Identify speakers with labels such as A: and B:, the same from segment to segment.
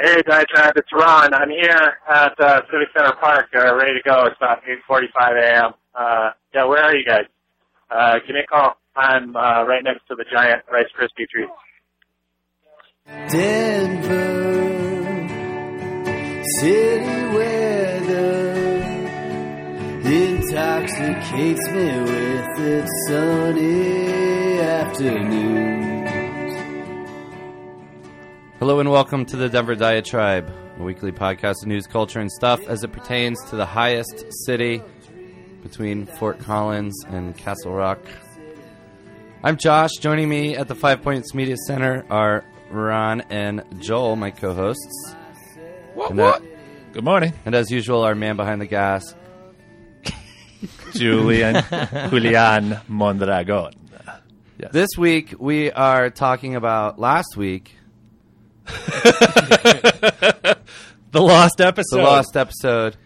A: Hey, Diet Tribe, it's Ron. I'm here at uh, Civic Center Park, uh, ready to go. It's about 8.45 a.m. Uh, yeah, where are you guys? Uh, give me a call. I'm uh, right next to the giant Rice Krispie treat.
B: Denver city weather intoxicates me with its sunny afternoons.
C: Hello and welcome to the Denver Diatribe, a weekly podcast of news, culture, and stuff as it pertains to the highest city between Fort Collins and Castle Rock. I'm Josh. Joining me at the Five Points Media Center are Ron and Joel, my co hosts.
D: What?
C: And, uh,
D: What? Good morning,
C: And as usual, our man behind the gas,
D: Julian Julian Mondragon.
C: This week we are talking about last week,
D: The lost episode.
C: the lost episode.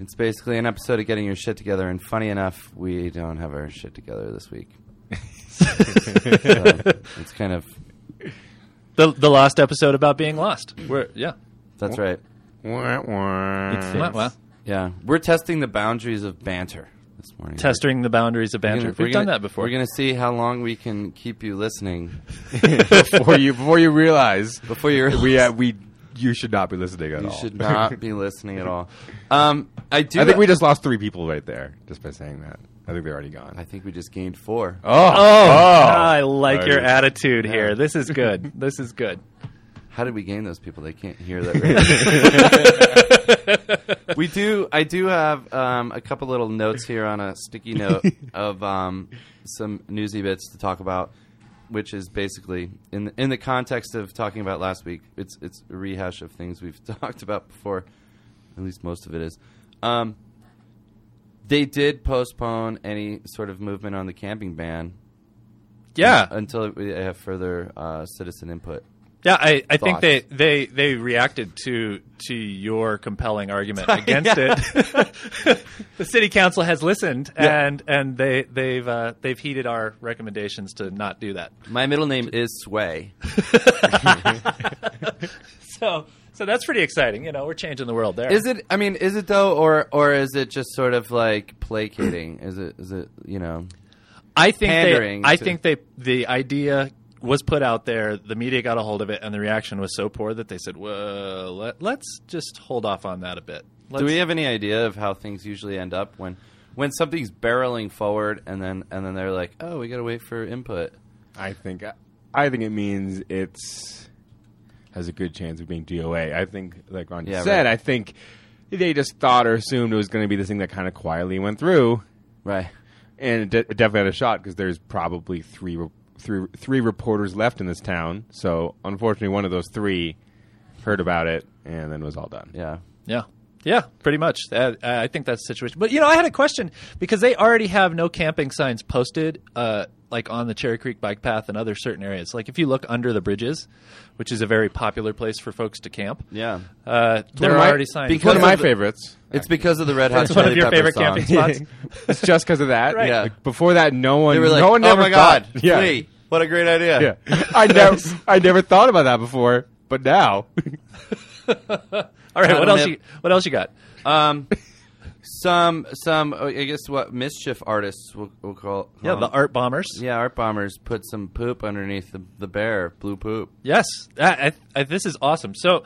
C: It's basically an episode of getting your shit together, and funny enough, we don't have our shit together this week. so it's kind of
D: the, the lost episode about being lost. We're yeah.
C: that's right.
D: Well, well,
C: Yeah, we're testing the boundaries of banter this morning.
D: testing the boundaries of
C: We're
D: banter.
C: gonna-
D: We've
C: we're
D: done
C: gonna-
D: that before.
C: We're going to see how long we can keep you listening
E: before you before you realize
C: before you're.
E: we uh, we you should not be listening at
C: you
E: all.
C: should not be listening at all. Um, I do.
E: I think we just lost three people right there just by saying that. I think they're already gone.
C: I think we just gained four.
E: Oh, oh,
D: I like your
E: Alright.
D: attitude here. This is good. This is good.
C: How did we gain those people? They can't hear that. Right. we do. I do have um, a couple little notes here on a sticky note of um, some newsy bits to talk about, which is basically in the, in the context of talking about last week. It's it's a rehash of things we've talked about before. At least most of it is. Um, they did postpone any sort of movement on the camping ban
D: Yeah,
C: until we have further uh, citizen input.
D: yeah. I, I think
C: Thoughts?
D: they, they they reacted to to your compelling argument against it. the city council has listened, and and they they've uh, they've heeded our recommendations to not do that.
C: My middle name is Sway.
D: So so that's pretty exciting. You know, we're changing the world there.
C: Is it? I mean, is it though, or or is it just sort of like placating? Is it? Is it? You know,
D: I think they,
C: pandering
D: I
C: to-
D: think they the idea was put out there. The media got a hold of it, and the reaction was so poor that they said, "Well, let, let's just hold off on that a bit." Let's,
C: do we have any idea of how things usually end up when when something's barreling forward and then and then they're like, oh, we gotta wait for input.
E: I think I think it means it's has a good chance of being DOA. I think, like Ron
C: Yeah,
E: said,
C: right.
E: I think they just thought or assumed it was going to be this thing that kind of quietly went through,
C: Right.
E: and it, de- it definitely had a shot because there's probably three re- three three reporters left in this town. So unfortunately, one of those three heard about it and then was all done.
C: Yeah.
D: Yeah. Yeah, pretty much. Uh, I think that's the situation. But you know, I had a question because they already have no camping signs posted, uh, like on the Cherry Creek bike path and other certain areas. Like if you look under the bridges, which is a very popular place for folks to camp,
C: Yeah.
D: uh, there are
E: one of my-
D: already signs.
E: It's one of
C: Because
E: my
C: of the-
E: favorites.
C: It's because of the Red Hot
D: That's one of
C: Chili
D: your
C: Pepper
D: favorite
C: song.
D: camping spots.
E: it's just because of that.
D: Right.
C: Yeah.
E: Like, before that, no one.
C: They were like,
E: no one
C: oh
E: never
C: my
E: thought.
C: god,
E: Yeah.
C: Flea, what a great idea.
E: Yeah. I never. I never thought about that before. But now,
D: All right,
C: Not
D: what else?
C: on
D: You, what else you got?
C: Um, some some uh, I guess what mischief artists will, will call.
D: Yeah, the art bombers.
C: Yeah, art bombers put some poop underneath the, the bear, blue poop.
D: Yes, I, I, I, this is awesome. So,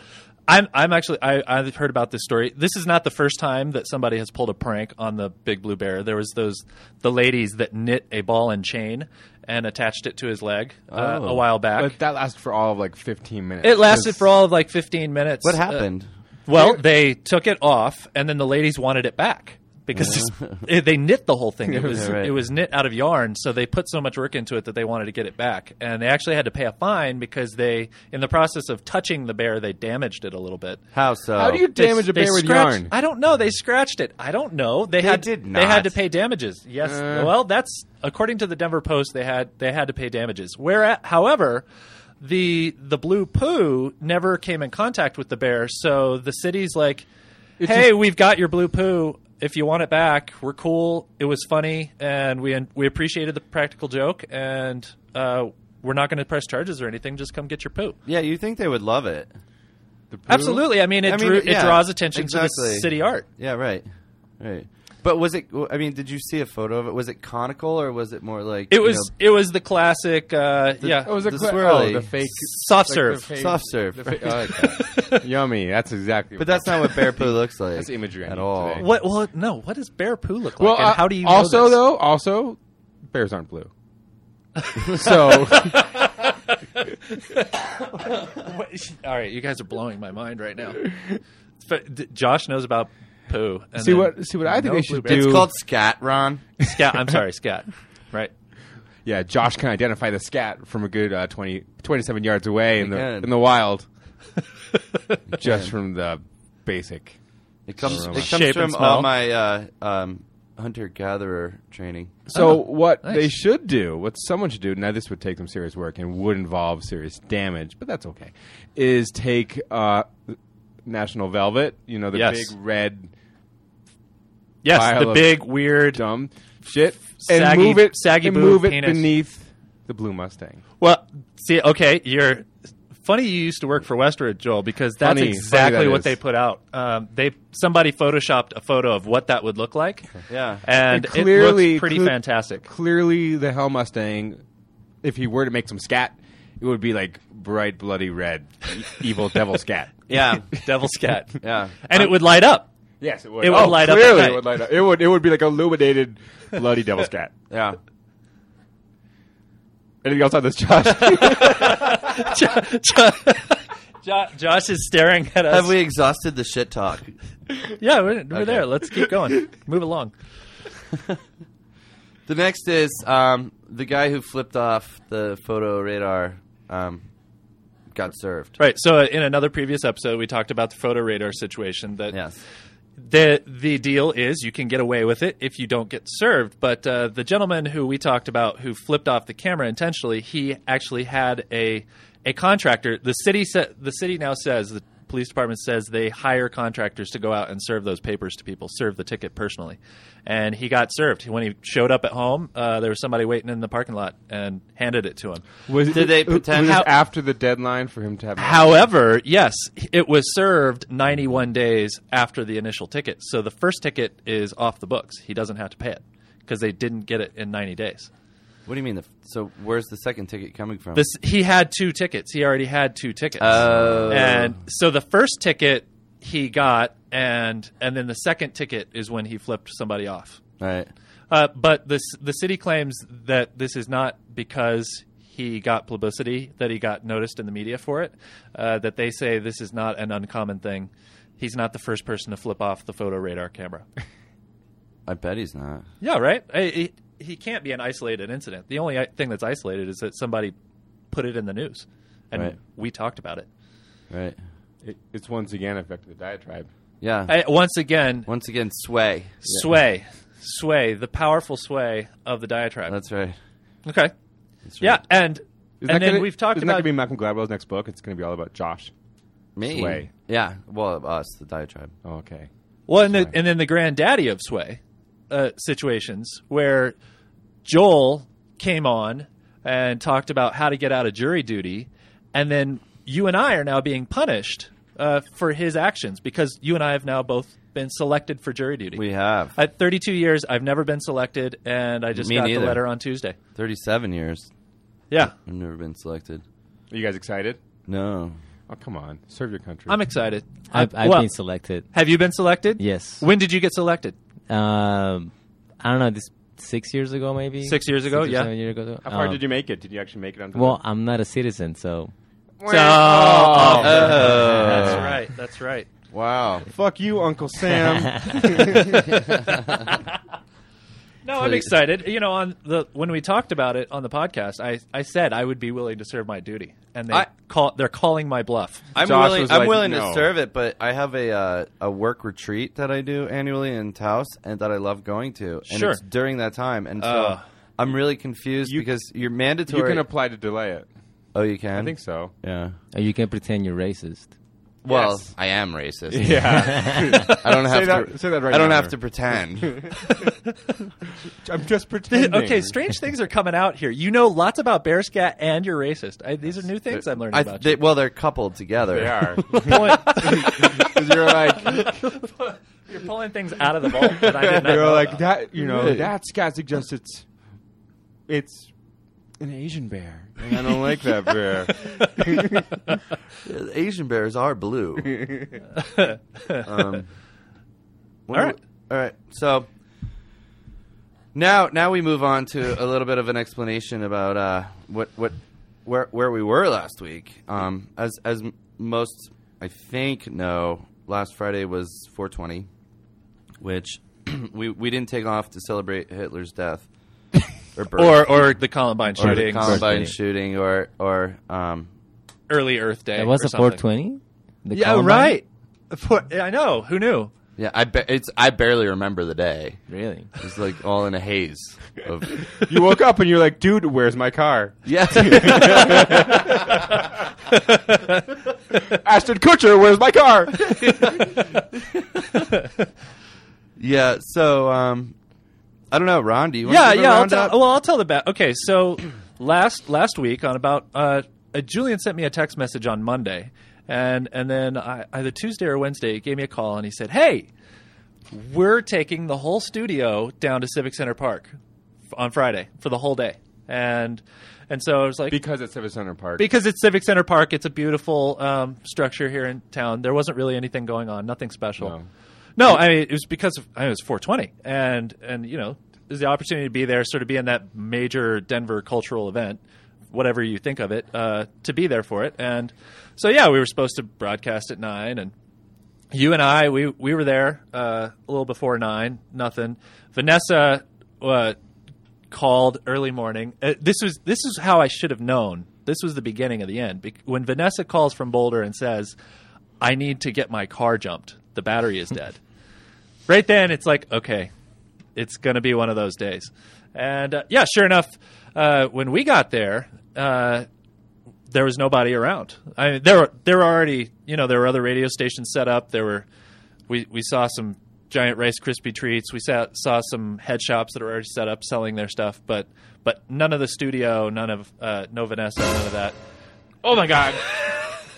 D: I'm I'm actually I, I've heard about this story. This is not the first time that somebody has pulled a prank on the big blue bear. There was those the ladies that knit a ball and chain and attached it to his leg uh,
C: Oh.
D: a while back.
E: but that lasted for all of like 15 minutes.
D: it lasted
E: Just-
D: for all of like 15 minutes.
C: What
D: Uh,
C: happened?
D: well, they took it off, and then the ladies wanted it back because this- they knit the whole thing. It was
C: Yeah, right.
D: it was knit out of yarn, so they put so much work into it that they wanted to get it back, and they actually had to pay a fine because they, in the process of touching the bear, they damaged it a little bit.
C: How so?
E: How do you
D: They-
E: damage a
D: they
E: bear with
D: scratched-
E: yarn?
D: I don't know. They scratched it. I don't know. They, had
C: did
D: They
C: not.
D: had to pay damages. Yes.
E: Uh.
D: well, that's according to the Denver Post. They had they had to pay damages. Where, however, the the blue poo never came in contact with the bear, so the city's like, "Hey, we've got your blue poo. If you want it back, we're cool. It was funny, and we we appreciated the practical joke, and uh, we're not going to press charges or anything. Just come get your poo."
C: Yeah, you think they would love it?
E: The poo?
D: Absolutely. I mean, it,
C: I mean,
D: drew, it
C: yeah,
D: draws attention to
C: exactly.
D: the city art.
C: Yeah, right, right. But was it? I mean, did you see a photo of it? Was it conical or was it more like
D: It
C: you
D: was
C: know,
D: it was the classic. Uh, yeah,
E: Oh, it was a
C: The
E: cla-
C: swirly.
E: oh, the fake
D: soft
E: like
D: serve.
E: the fake-
C: soft serve?
E: the fa- I like that. Yummy. That's exactly.
C: But that's not what bear poo looks like.
E: That's imagery I
C: at
E: need
C: all.
E: today.
D: What? Well, no. What does bear poo look like?
E: Well,
D: and
E: uh,
D: how do you know
E: also
D: this?
E: though? Also, bears aren't blue. so
D: Wait, all right, you guys are blowing my mind right now. But d- Josh knows about poo. and
E: See
D: then
E: what- see what I think
D: no
E: they should
D: blueberries.
C: It's
E: do-
C: called scat, Ron.
D: Scat. I'm sorry, scat. Right.
E: yeah, Josh can identify the scat from a good uh, 20, 27 yards away in the
C: Again.
E: in the wild, just from the basic.
C: It comes. It
D: Shape
C: comes
D: and
C: from
D: smell.
C: all my uh, um, hunter gatherer training.
E: So
D: Oh,
E: what
D: nice.
E: they should do, what someone should do, now this would take some serious work and would involve serious damage, but that's okay, is take uh, National Velvet, you know, the
D: Yes.
E: big red
D: Yes,
E: Pile
D: the
E: of-
D: big weird.
E: dumb shit,
D: Saggy-
E: and move it,
D: saggy
E: and
D: boob
E: move it
D: penis.
E: beneath the blue Mustang.
D: Well, see, okay, you're funny. You used to work for Westwood, Joel, because that's
E: Funny, funny
D: exactly
E: that
D: what
E: is.
D: they put out. Um, they somebody photoshopped a photo of what that would look like.
C: Yeah.
D: and
E: It
D: it,
E: clearly
D: looks pretty
E: could-
D: fantastic.
E: Clearly, the Hell Mustang, if he were to make some scat, it would be like bright bloody red, e- evil devil scat.
C: Yeah,
D: Devil scat.
C: yeah.
D: and it would light up.
E: Yes, it would.
D: It would
E: oh,
D: light up at
E: clearly
D: night.
E: it would light up. It would. It would be like illuminated bloody devil scat.
C: Yeah.
E: Anything else on this, Josh?
D: Jo- Josh is staring at us.
C: Have we exhausted the shit talk?
D: yeah, we're, we're
C: Okay.
D: there. Let's keep going. Move along.
C: The next is um, the guy who flipped off the photo radar um, got served.
D: Right. So, in another previous episode, we talked about the photo radar situation. That
C: Yes.
D: the the deal is you can get away with it if you don't get served. But uh, the gentleman who we talked about who flipped off the camera intentionally, he actually had a a contractor. The city sa- the city now says the police department says they hire contractors to go out and serve those papers to people, serve the ticket personally. And he got served when he showed up at home. Uh, there was somebody waiting in the parking lot and handed it to him.
E: Was
C: Did they
E: was
C: pretend-
E: this
C: How-
E: after the deadline for him to have?
D: However, yes, it was served 91 days after the initial ticket. So the first ticket is off the books. He doesn't have to pay it because they didn't get it in 90 days.
C: What do you mean? The f- so where's the second ticket coming from?
D: This he had two tickets. He already had two tickets.
C: Oh.
D: And so the first ticket he got and and then the second ticket is when he flipped somebody off.
C: right.
D: Uh, but this, the city claims that this is not because he got publicity, that he got noticed in the media for it, uh, that they say this is not an uncommon thing. He's not the first person to flip off the photo radar camera.
C: I bet he's not.
D: yeah, right? I, he, he can't be an isolated incident. The only i- thing that's isolated is that somebody put it in the news, and
C: Right.
D: we talked about it.
C: Right.
E: It, it's once again affected the diatribe.
C: Yeah.
D: I, once again,
C: Once again, sway.
D: sway, sway, the powerful sway of the diatribe.
C: That's right.
D: okay.
C: That's right.
D: Yeah, and, and then
E: gonna,
D: we've talked
E: isn't
D: about
E: that going to be Malcolm Gladwell's next book? It's going to be all about Josh.
C: Me.
E: Sway.
C: Yeah. Well, us, the diatribe.
E: Oh, okay.
D: Well, and, the,
E: Sway.
D: and then the granddaddy of sway uh, situations where Joel came on and talked about how to get out of jury duty, and then you and I are now being punished uh, for his actions because you and I have now both been selected for jury duty.
C: We have
D: At 32 years, I've never been selected, and I just
C: Me
D: got the
C: neither.
D: letter on Tuesday.
C: 37 years.
D: Yeah,
C: I've never been selected.
E: Are you guys excited?
C: No.
E: Oh, come on. Serve your country.
D: I'm excited.
F: I've,
D: I-
F: I've
D: well,
F: been selected.
D: have you been selected?
F: Yes.
D: When did you get selected?
F: Um, I don't know. This six years ago, maybe
D: Six years ago,
F: or
D: yeah.
F: seven years ago.
E: How far
F: Um,
E: did you make it? Did you actually make it on time?
F: Well, I'm not a citizen, so
D: So- oh,
C: Oh.
D: that's right. That's right.
C: Wow.
E: fuck you, Uncle Sam.
D: No, I'm
C: Please.
D: excited. You know, on the when we talked about it on the podcast, I, I said I would be willing to serve my duty, and they
C: I-
D: call they're calling my bluff.
C: I'm
E: Josh
C: willing.
E: was
C: I'm
E: like,
C: willing
E: "No."
C: to serve it, but I have a uh, a work retreat that I do annually in Taos, and that I love going to. And
D: Sure.
C: it's during that time, and so
D: Uh,
C: I'm really confused because you're
E: you
C: mandatory.
E: can apply to delay it.
C: oh, you can.
E: I think so.
C: Yeah.
F: or you can pretend you're racist.
C: Well,
E: Yes.
C: I am racist.
E: Yeah.
C: I don't
E: say
C: have
E: that.
C: to.
E: Say that right.
C: I don't
E: now.
C: have to pretend.
E: I'm just pretending.
D: okay, strange things are coming out here. You know lots about bear scat and you're racist. I, these are new things I'm learning
C: I,
D: about.
C: they, well, they're coupled together.
E: They are.
D: you. Point-
E: 'Cause you're like,
D: you're pulling things out of the vault that I did not
E: you're
D: know
E: like
D: about.
E: that. You know that scat suggests it's, it's, an Asian bear. And I don't like that bear.
C: Asian bears are blue. um,
D: All right.
C: All right. So now, now we move on to a little bit of an explanation about uh, what what where where we were last week. Um, as as m- most I think know, last Friday was 420, which we we didn't take off to celebrate Hitler's death or birth.
D: Or or the Columbine
C: Or the
D: shooting,
C: Columbine
F: Birthday.
C: shooting, or or um,
D: early Earth Day.
F: It was
D: or
F: a
D: something.
F: 420. The
D: Yeah,
F: Columbine?
D: right. For, yeah, I know. Who knew?
C: yeah, I ba- it's I barely remember the day.
F: Really?
C: It was like all in a haze of
E: you woke up and you're like, dude, where's my car?
C: yeah.
E: Ashton Kutcher, where's my car?
C: Yeah, so um, I don't know, Ron. Do you? Want
D: yeah,
C: to give a
D: yeah. I'll
C: roundup?
D: tell, well, I'll tell the back. Okay, so last last week on about uh, uh, Julian sent me a text message on Monday, and and then I, either Tuesday or Wednesday he gave me a call and he said, "Hey, we're taking the whole studio down to Civic Center Park f- on Friday for the whole day," and and so I was like,
E: because it's Civic Center Park.
D: because it's Civic Center Park. It's a beautiful um, structure here in town. There wasn't really anything going on, nothing special.
E: No.
D: No, I mean it was because of I mean, it was 420, and and you know it was the opportunity to be there, sort of be in that major Denver cultural event, whatever you think of it, uh, to be there for it. And so yeah, we were supposed to broadcast at nine, and you and I, we, we were there uh, a little before nine. Nothing. Vanessa uh, called early morning. Uh, this was this is how I should have known. This was the beginning of the end. Bec- When Vanessa calls from Boulder and says, "I need to get my car jumped. The battery is dead." right then, it's like, okay, it's going to be one of those days. And uh, yeah, sure enough, uh, when we got there, uh, there was nobody around. I mean, there were there were already you know there were other radio stations set up. There were we we saw some giant Rice crispy treats. We saw saw some head shops that were already set up selling their stuff, but but none of the studio, none of uh, no Vanessa, none of that.
E: oh my god.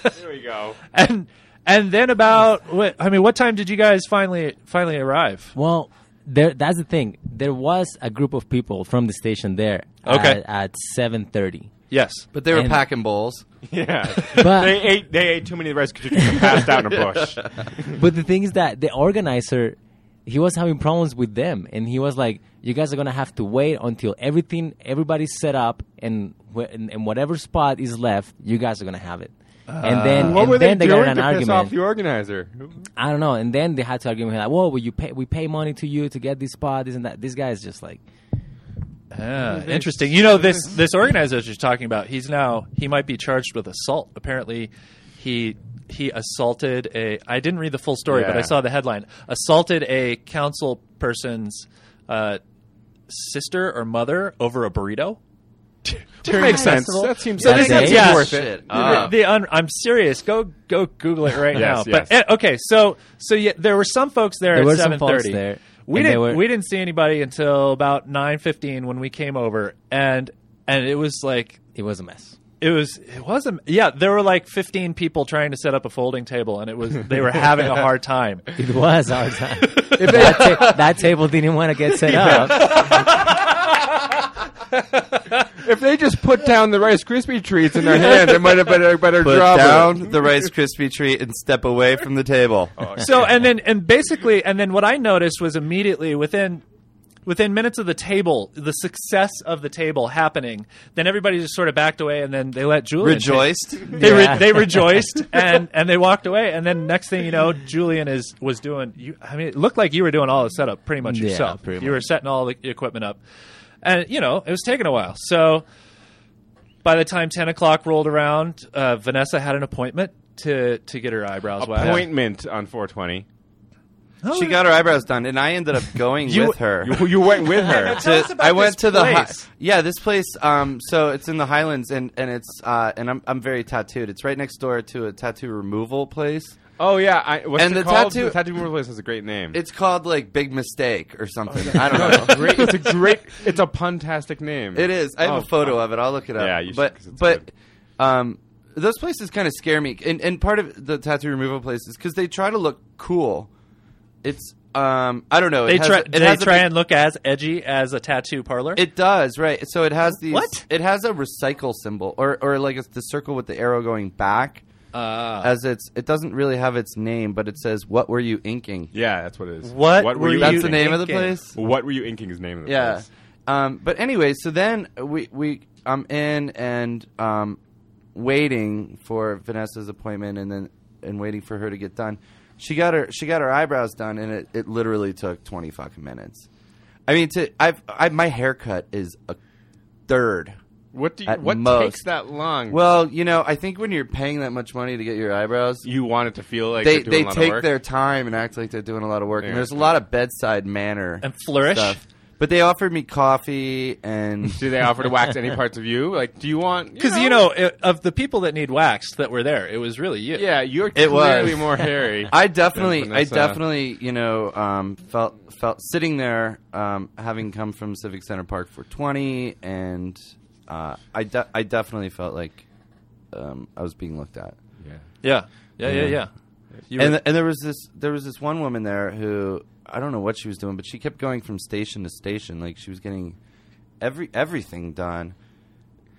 E: there we go.
D: And and then about what I mean, what time did you guys finally finally arrive?
F: Well, there. That's the thing. There was a group of people from the station there.
D: Okay.
F: At, at 7:30.
D: Yes,
C: but they were
F: And-
C: packing bowls.
E: Yeah.
F: But-
E: they ate they ate too many rice because and passed out in a bush.
F: But the thing is that the organizer, he was having problems with them, and he was like, "You guys are gonna have to wait until everything, everybody's set up, and wh- and, and whatever spot is left, you guys are gonna have it." and then,
E: Uh, What
F: and
E: were they
F: then they got
E: doing
F: in an
E: to piss off
F: argument.
E: the organizer?
F: I don't know. And then they had to argue with him, like, "Whoa, well, you pay, we pay money to you to get this spot, this and that." This guy is just like,
D: Ah, interesting. You know this this organizer that you're talking about. He's now he might be charged with assault. Apparently, he he assaulted a. I didn't read the full story, but
E: Yeah.
D: I saw the headline. Assaulted a council person's uh, sister or mother over a burrito. During
E: makes
D: the
E: sense.
D: festival.
E: That seems-
D: So
F: that
D: this
F: seems
D: is- yeah.
E: worth it.
C: Shit.
D: The,
C: Uh,
D: the un- I'm serious. Go go Google it right now.
E: Yes,
D: But
E: yes.
D: eh, okay, so so yeah, there were some folks there
F: There
D: at
F: were some
D: seven
F: folks
D: thirty.
F: there,
D: We
F: and they
D: didn't
F: were-
D: we didn't see anybody until about nine fifteen when we came over, and and it was like
F: it was a mess.
D: it was it was a yeah there were like fifteen people trying to set up a folding table, and it was they were having a hard time.
F: It was our time. that, ta- that table didn't want to get set up.
E: If they just put down the Rice Krispie treats in their hands, it might have been a better
C: Put
E: job.
C: down the Rice Krispie treat and step away from the table.
D: so and then and basically and then what I noticed was immediately within within minutes of the table, the success of the table happening, then everybody just sort of backed away and then they let Julian take-
C: Rejoiced.
D: They,
F: Yeah.
D: re- they rejoiced and, and they walked away and then next thing you know Julian is was doing you I mean it looked like you were doing all the setup pretty much
F: Yeah,
D: yourself
F: pretty
D: you were setting all the equipment up and you know it was taking a while so by the time ten o'clock rolled around uh, Vanessa had an appointment to to get her eyebrows waxed Oh,
E: Appointment on 420.
C: she got her eyebrows done, and I ended up going with her.
E: You, you went with her.
D: Tell us about
C: I went
D: this
C: to the hi-
D: place.
C: yeah this place. Um, so it's in the Highlands, and and it's uh, and I'm I'm very tattooed. It's right next door to a tattoo removal place.
E: oh yeah. I, what's
C: And
E: it
C: the
E: called?
C: tattoo-
E: The tattoo removal place has a great name.
C: It's called like Big Mistake or something. I don't know.
E: great. It's a great. It's a puntastic name.
C: It is. I have
E: Oh,
C: a photo of it. I'll look it up.
E: Yeah, you should,
C: but
E: 'cause it's
C: but um, those places kind of scare me. And and part of the tattoo removal places because they try to look cool. It's um I don't know.
D: They
C: it has
D: try.
C: a- it
D: they
C: has a
D: try
C: big-
D: and look as edgy as a tattoo parlor.
C: It does, right? So it has these.
D: What?
C: It has a recycle symbol, or or like it's the circle with the arrow going back.
D: uh,
C: As it's, it doesn't really have its name, but it says, "What were you inking?"
E: Yeah, that's what it is.
D: What were
C: That's
D: you
C: the name of the
D: inking?
C: place.
E: What were you inking? Is the name of the
C: Yeah.
E: place.
C: Um, but anyway, so then we we I'm in and um, waiting for Vanessa's appointment, and then and waiting for her to get done. She got her she got her eyebrows done, and it, it literally took twenty fucking minutes. I mean, to I've I, my haircut is a third.
E: What do you,
C: At
E: what
C: most.
E: takes that long?
C: Well, you know, I think when you're paying that much money to get your eyebrows,
E: you want it to feel like
C: they
E: you're doing a
C: they
E: lot of
C: take
E: work?
C: their time and act like they're doing a lot of work.
E: Yeah.
C: And there's a lot of bedside manner
D: And flourish.
C: stuff. But they offered me coffee and
E: Do they offer to wax any parts of you? Like, do you want?
D: Because you know, i of the people that need waxed that were there, it was really you.
E: yeah, you're
C: It was.
E: clearly more hairy.
C: I definitely, I
E: Vanessa.
C: definitely, you know, um, felt felt sitting there, um, having come from Civic Center Park for twenty, and uh, I, de- I definitely felt like um, I was being looked at.
E: yeah.
D: yeah, yeah,
F: Mm.
D: yeah. yeah. You
C: and
D: were-
C: and there was this there was this one woman there who I don't know what she was doing, but she kept going from station to station, like she was getting every everything done.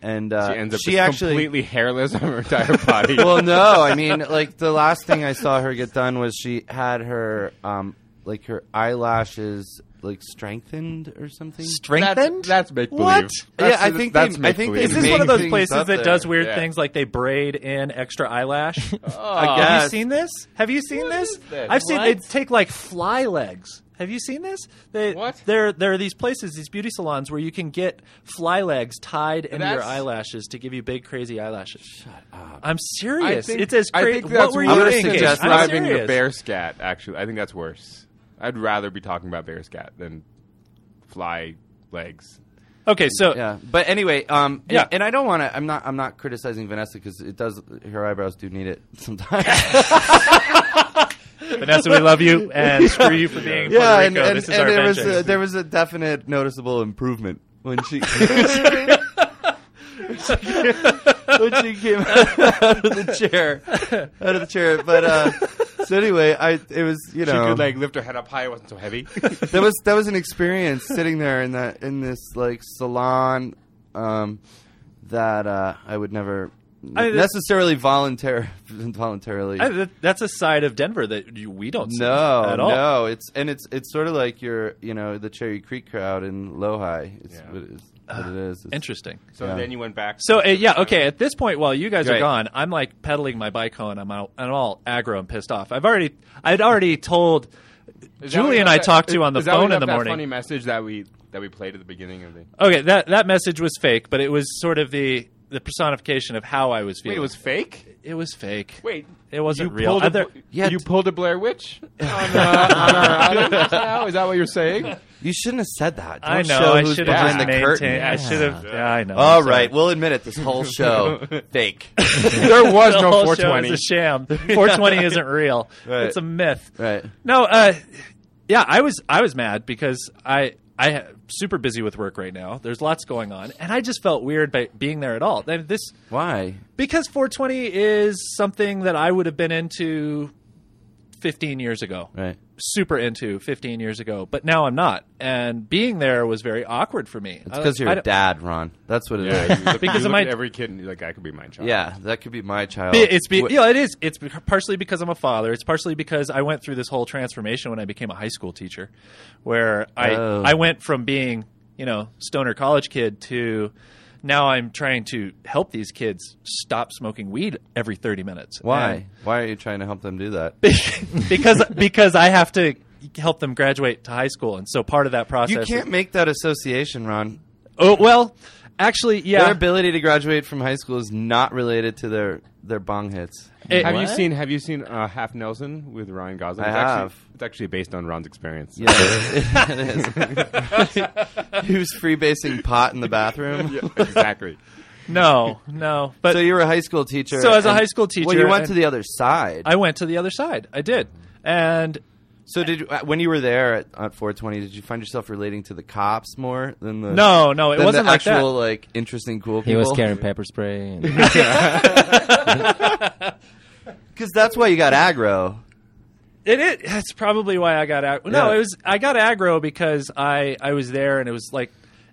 C: And uh,
E: She ends up
C: she
E: just
C: actually
E: completely hairless on her entire body.
C: well, no, I mean, like the last thing I saw her get done was she had her, um, like her eyelashes like strengthened or something.
D: strengthened.
E: that's, that's make believe.
D: What?
C: Yeah, I think
E: that's
C: they- I think they
E: make-believe.
D: is this one of those
C: things
D: places
C: up
D: that does
C: there.
D: weird
E: Yeah. Oh.
D: things like they braid in extra eyelash?
C: I
D: Have you
C: guess.
D: seen this? Have you seen
E: What
D: this?
E: is this?
D: I've seen they
E: What?
D: take like fly legs. Have you seen this? They,
E: What?
D: There, there are these places, these beauty salons, where you can get fly legs tied into your
E: That's-
D: eyelashes to give you big, crazy eyelashes. Shut up! I'm serious.
E: I think,
D: it's as
E: I
D: crazy.
E: think that's
D: What were
C: I'm
D: you
C: gonna
E: worse
D: thinking?
E: than
C: suggest
D: I'm
E: describing the
D: serious.
E: bear scat. Actually, I think that's worse. I'd rather be talking about bear scat than fly legs.
D: Okay, so
C: Yeah, but anyway, um, and,
D: Yeah.
C: and I don't want to. I'm not. I'm not criticizing Vanessa because it does. Her eyebrows do need it sometimes.
D: Vanessa, we love you, and screw you for being in Puerto Rico.
C: and, and,
D: this is
C: and
D: our
C: there was
D: vengeance.
C: a, there was a definite noticeable improvement when she. when she came out of the chair, out of the chair, but uh, so anyway, I it was you
E: She
C: know
E: could like lift her head up high. It wasn't so heavy.
C: that was that was an experience sitting there in that in this like salon um, that uh, I would never
D: I-
C: necessarily voluntar voluntarily.
D: I- that- that's a side of Denver that you, we don't see
C: no,
D: at all.
C: no, it's and it's it's sort of like your you know the Cherry Creek crowd in Lehigh. It's
E: Yeah.
C: what it is. What it is. It's-
D: Interesting.
E: so
C: Yeah.
E: then you went back.
D: So uh, yeah, okay. At this point, while you guys are
C: Right.
D: gone, I'm like pedaling my bike home. and I'm out, I'm all aggro and pissed off. I've already I'd already told
E: Is that what
D: Julie
E: you
D: and I
E: left
D: talked
E: that-
D: to on the
E: is that what
D: phone
E: you
D: in the
E: left that
D: morning.
E: Funny message that we that we played at the beginning of the.
D: Okay, that that message was fake, but it was sort of the the personification of how I was feeling.
E: Wait, it was fake.
D: it was fake.
E: Wait,
D: It wasn't
E: you
D: real.
E: Pulled a,
D: Other-
C: Yeah,
E: you
C: t-
E: pulled a Blair Witch on, uh, on our audience now? Is that what you're saying?
C: You shouldn't have said that. Don't
D: I know.
C: Show
D: I
C: who's
D: should have
C: behind
D: just
C: the
D: maintained.
C: curtain.
D: I should have. Yeah, I know.
C: All
D: I'm sorry.
C: right, we'll admit it. This whole show fake.
E: There was
D: the
E: no
D: whole show is
E: 420.
D: a sham. 420 isn't real.
C: Right.
D: It's a myth.
C: Right.
D: No, uh, yeah, I was I was mad because I I ha- super busy with work right now. There's lots going on, and I just felt weird by being there at all. Then This
C: Why?
D: because 420 is something that I would have been into 15 years ago.
C: Right.
D: Super into 15 years ago, but now I'm not. And being there was very awkward for me.
C: It's because you're a dad, Ron. That's what it is.
E: Yeah, you look-
D: Because
E: you
D: of
E: look
D: my-
E: at every kid and you're like, I could be my child.
C: Yeah, that could be my child.
D: Be- It's be,
C: Wh-
D: you know, it is. It's be- partially because I'm a father. It's partially because I went through this whole transformation when I became a high school teacher, where I
C: Oh.
D: I went from being you know stoner college kid to now I'm trying to help these kids stop smoking weed every 30 minutes.
C: Why? Why are you trying to help them do that?
D: And- because because I have to help them graduate to high school, and so part of that process.
C: You can't make that association, Ron.
D: oh well, actually, yeah.
C: Their ability to graduate from high school is not related to their their bong hits.
D: It-
E: Have you
F: What?
E: seen Have you seen uh, Half Nelson with Ryan Gosling?
C: I
E: it's actually-
C: have.
E: it's actually based on Ron's experience.
C: Yeah, it is. he was freebasing pot in the bathroom.
E: exactly.
D: no, no. But
C: So you were a high school teacher.
D: So as a
C: and-
D: high school
C: well,
D: teacher
C: you went
D: and-
C: to the other side.
D: I went to the other side. I did, and
C: so did you, uh, when you were there at, at 420, did you find yourself relating to the cops more than the
D: no, no, it
C: than
D: wasn't
C: the
D: like that.
C: actual like interesting cool
F: He
C: people?
F: was carrying pepper spray. And
C: because that's why you got aggro.
D: It is. That's probably why I got aggro. No,
C: Yeah.
D: it was. I got aggro because I I was there, and it was like,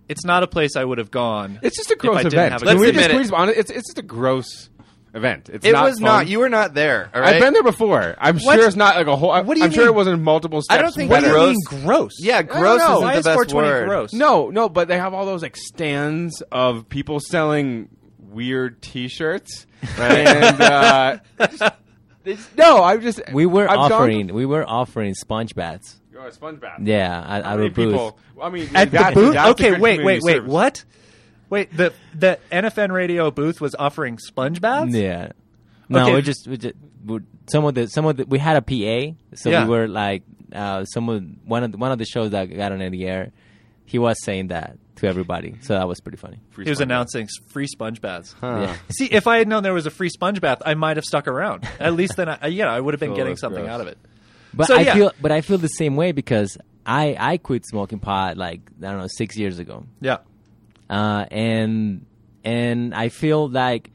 D: it's not a place I would have gone.
E: It's just a
D: I
E: gross
D: didn't
E: event.
D: have a-
E: Can we
C: Let's admit
E: just- can we
C: it.
E: just be honest? It's it's just a gross event. It's
C: It
E: not
C: was
E: fun.
C: not. You were not there. All right?
E: I've been there before. I'm
D: What?
E: sure it's not like a whole. I,
D: What do you
E: I'm sure
D: mean?
E: it wasn't multiple
C: I
E: steps.
C: don't think
E: better.
C: that's gross.
D: gross.
C: Yeah,
E: don't
C: gross
E: know.
C: isn't
D: Why
C: the
D: is
C: best
D: 420
C: word.
D: gross?
E: No, no, but they have all those like stands of people selling weird T-shirts, and uh, just- it's- no, I'm just
F: we were
E: I've gone
F: offering. We were offering sponge baths.
E: to- oh, sponge bath.
F: Yeah, at,
E: How
F: at
E: many
F: our booth.
E: people? I mean,
D: at
E: that-
D: the booth.
E: that's
D: Okay,
E: good
D: wait, wait,
E: community
D: wait.
E: service.
D: What? Wait, the the NFN radio booth was offering sponge baths.
F: Yeah. No,
D: Okay.
F: we just we just we some of the some of the we had a PA, so
D: Yeah.
F: we were like uh, some of one of the, one of the shows that got on the air. He was saying that to everybody, so that was pretty funny.
E: Free
D: He was
E: sponge bath.
D: announcing s- free sponge baths.
C: Huh.
F: Yeah.
D: See, if I had known there was a free sponge bath, I might have stuck around. At least then, I, you know, I would have been
E: Oh,
D: getting
E: that's
D: something
E: gross.
D: out of it.
F: But
D: So,
F: I
D: yeah.
F: feel but I feel the same way because I I quit smoking pot like I don't know six years ago,
D: Yeah.
F: uh, and and I feel like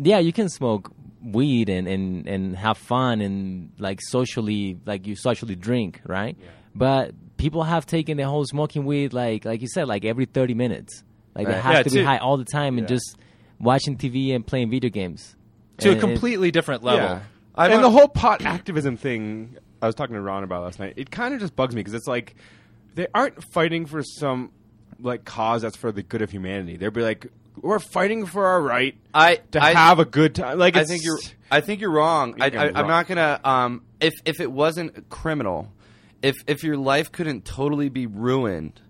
F: yeah you can smoke weed and and and have fun and like socially like you socially drink right, but people have taken the whole smoking weed like like you said like every thirty minutes like they
C: Right.
F: have
D: Yeah,
F: to be
D: to-
F: high all the time and just watching TV and playing video games
D: To
F: And
D: a
F: it-
D: completely different level.
E: Yeah.
D: I've-
E: and the whole pot activism thing I was talking to Ron about last night, it kind of just bugs me because it's like they aren't fighting for some like cause that's for the good of humanity. They'll be like, we're fighting for our right
C: I
E: to
C: I,
E: have a good time. Like,
C: I
E: it's-
C: think you're. I think you're wrong. I,
E: You're
C: I,
E: wrong.
C: I'm not gonna. Um, if if it wasn't criminal, if if your life couldn't totally be ruined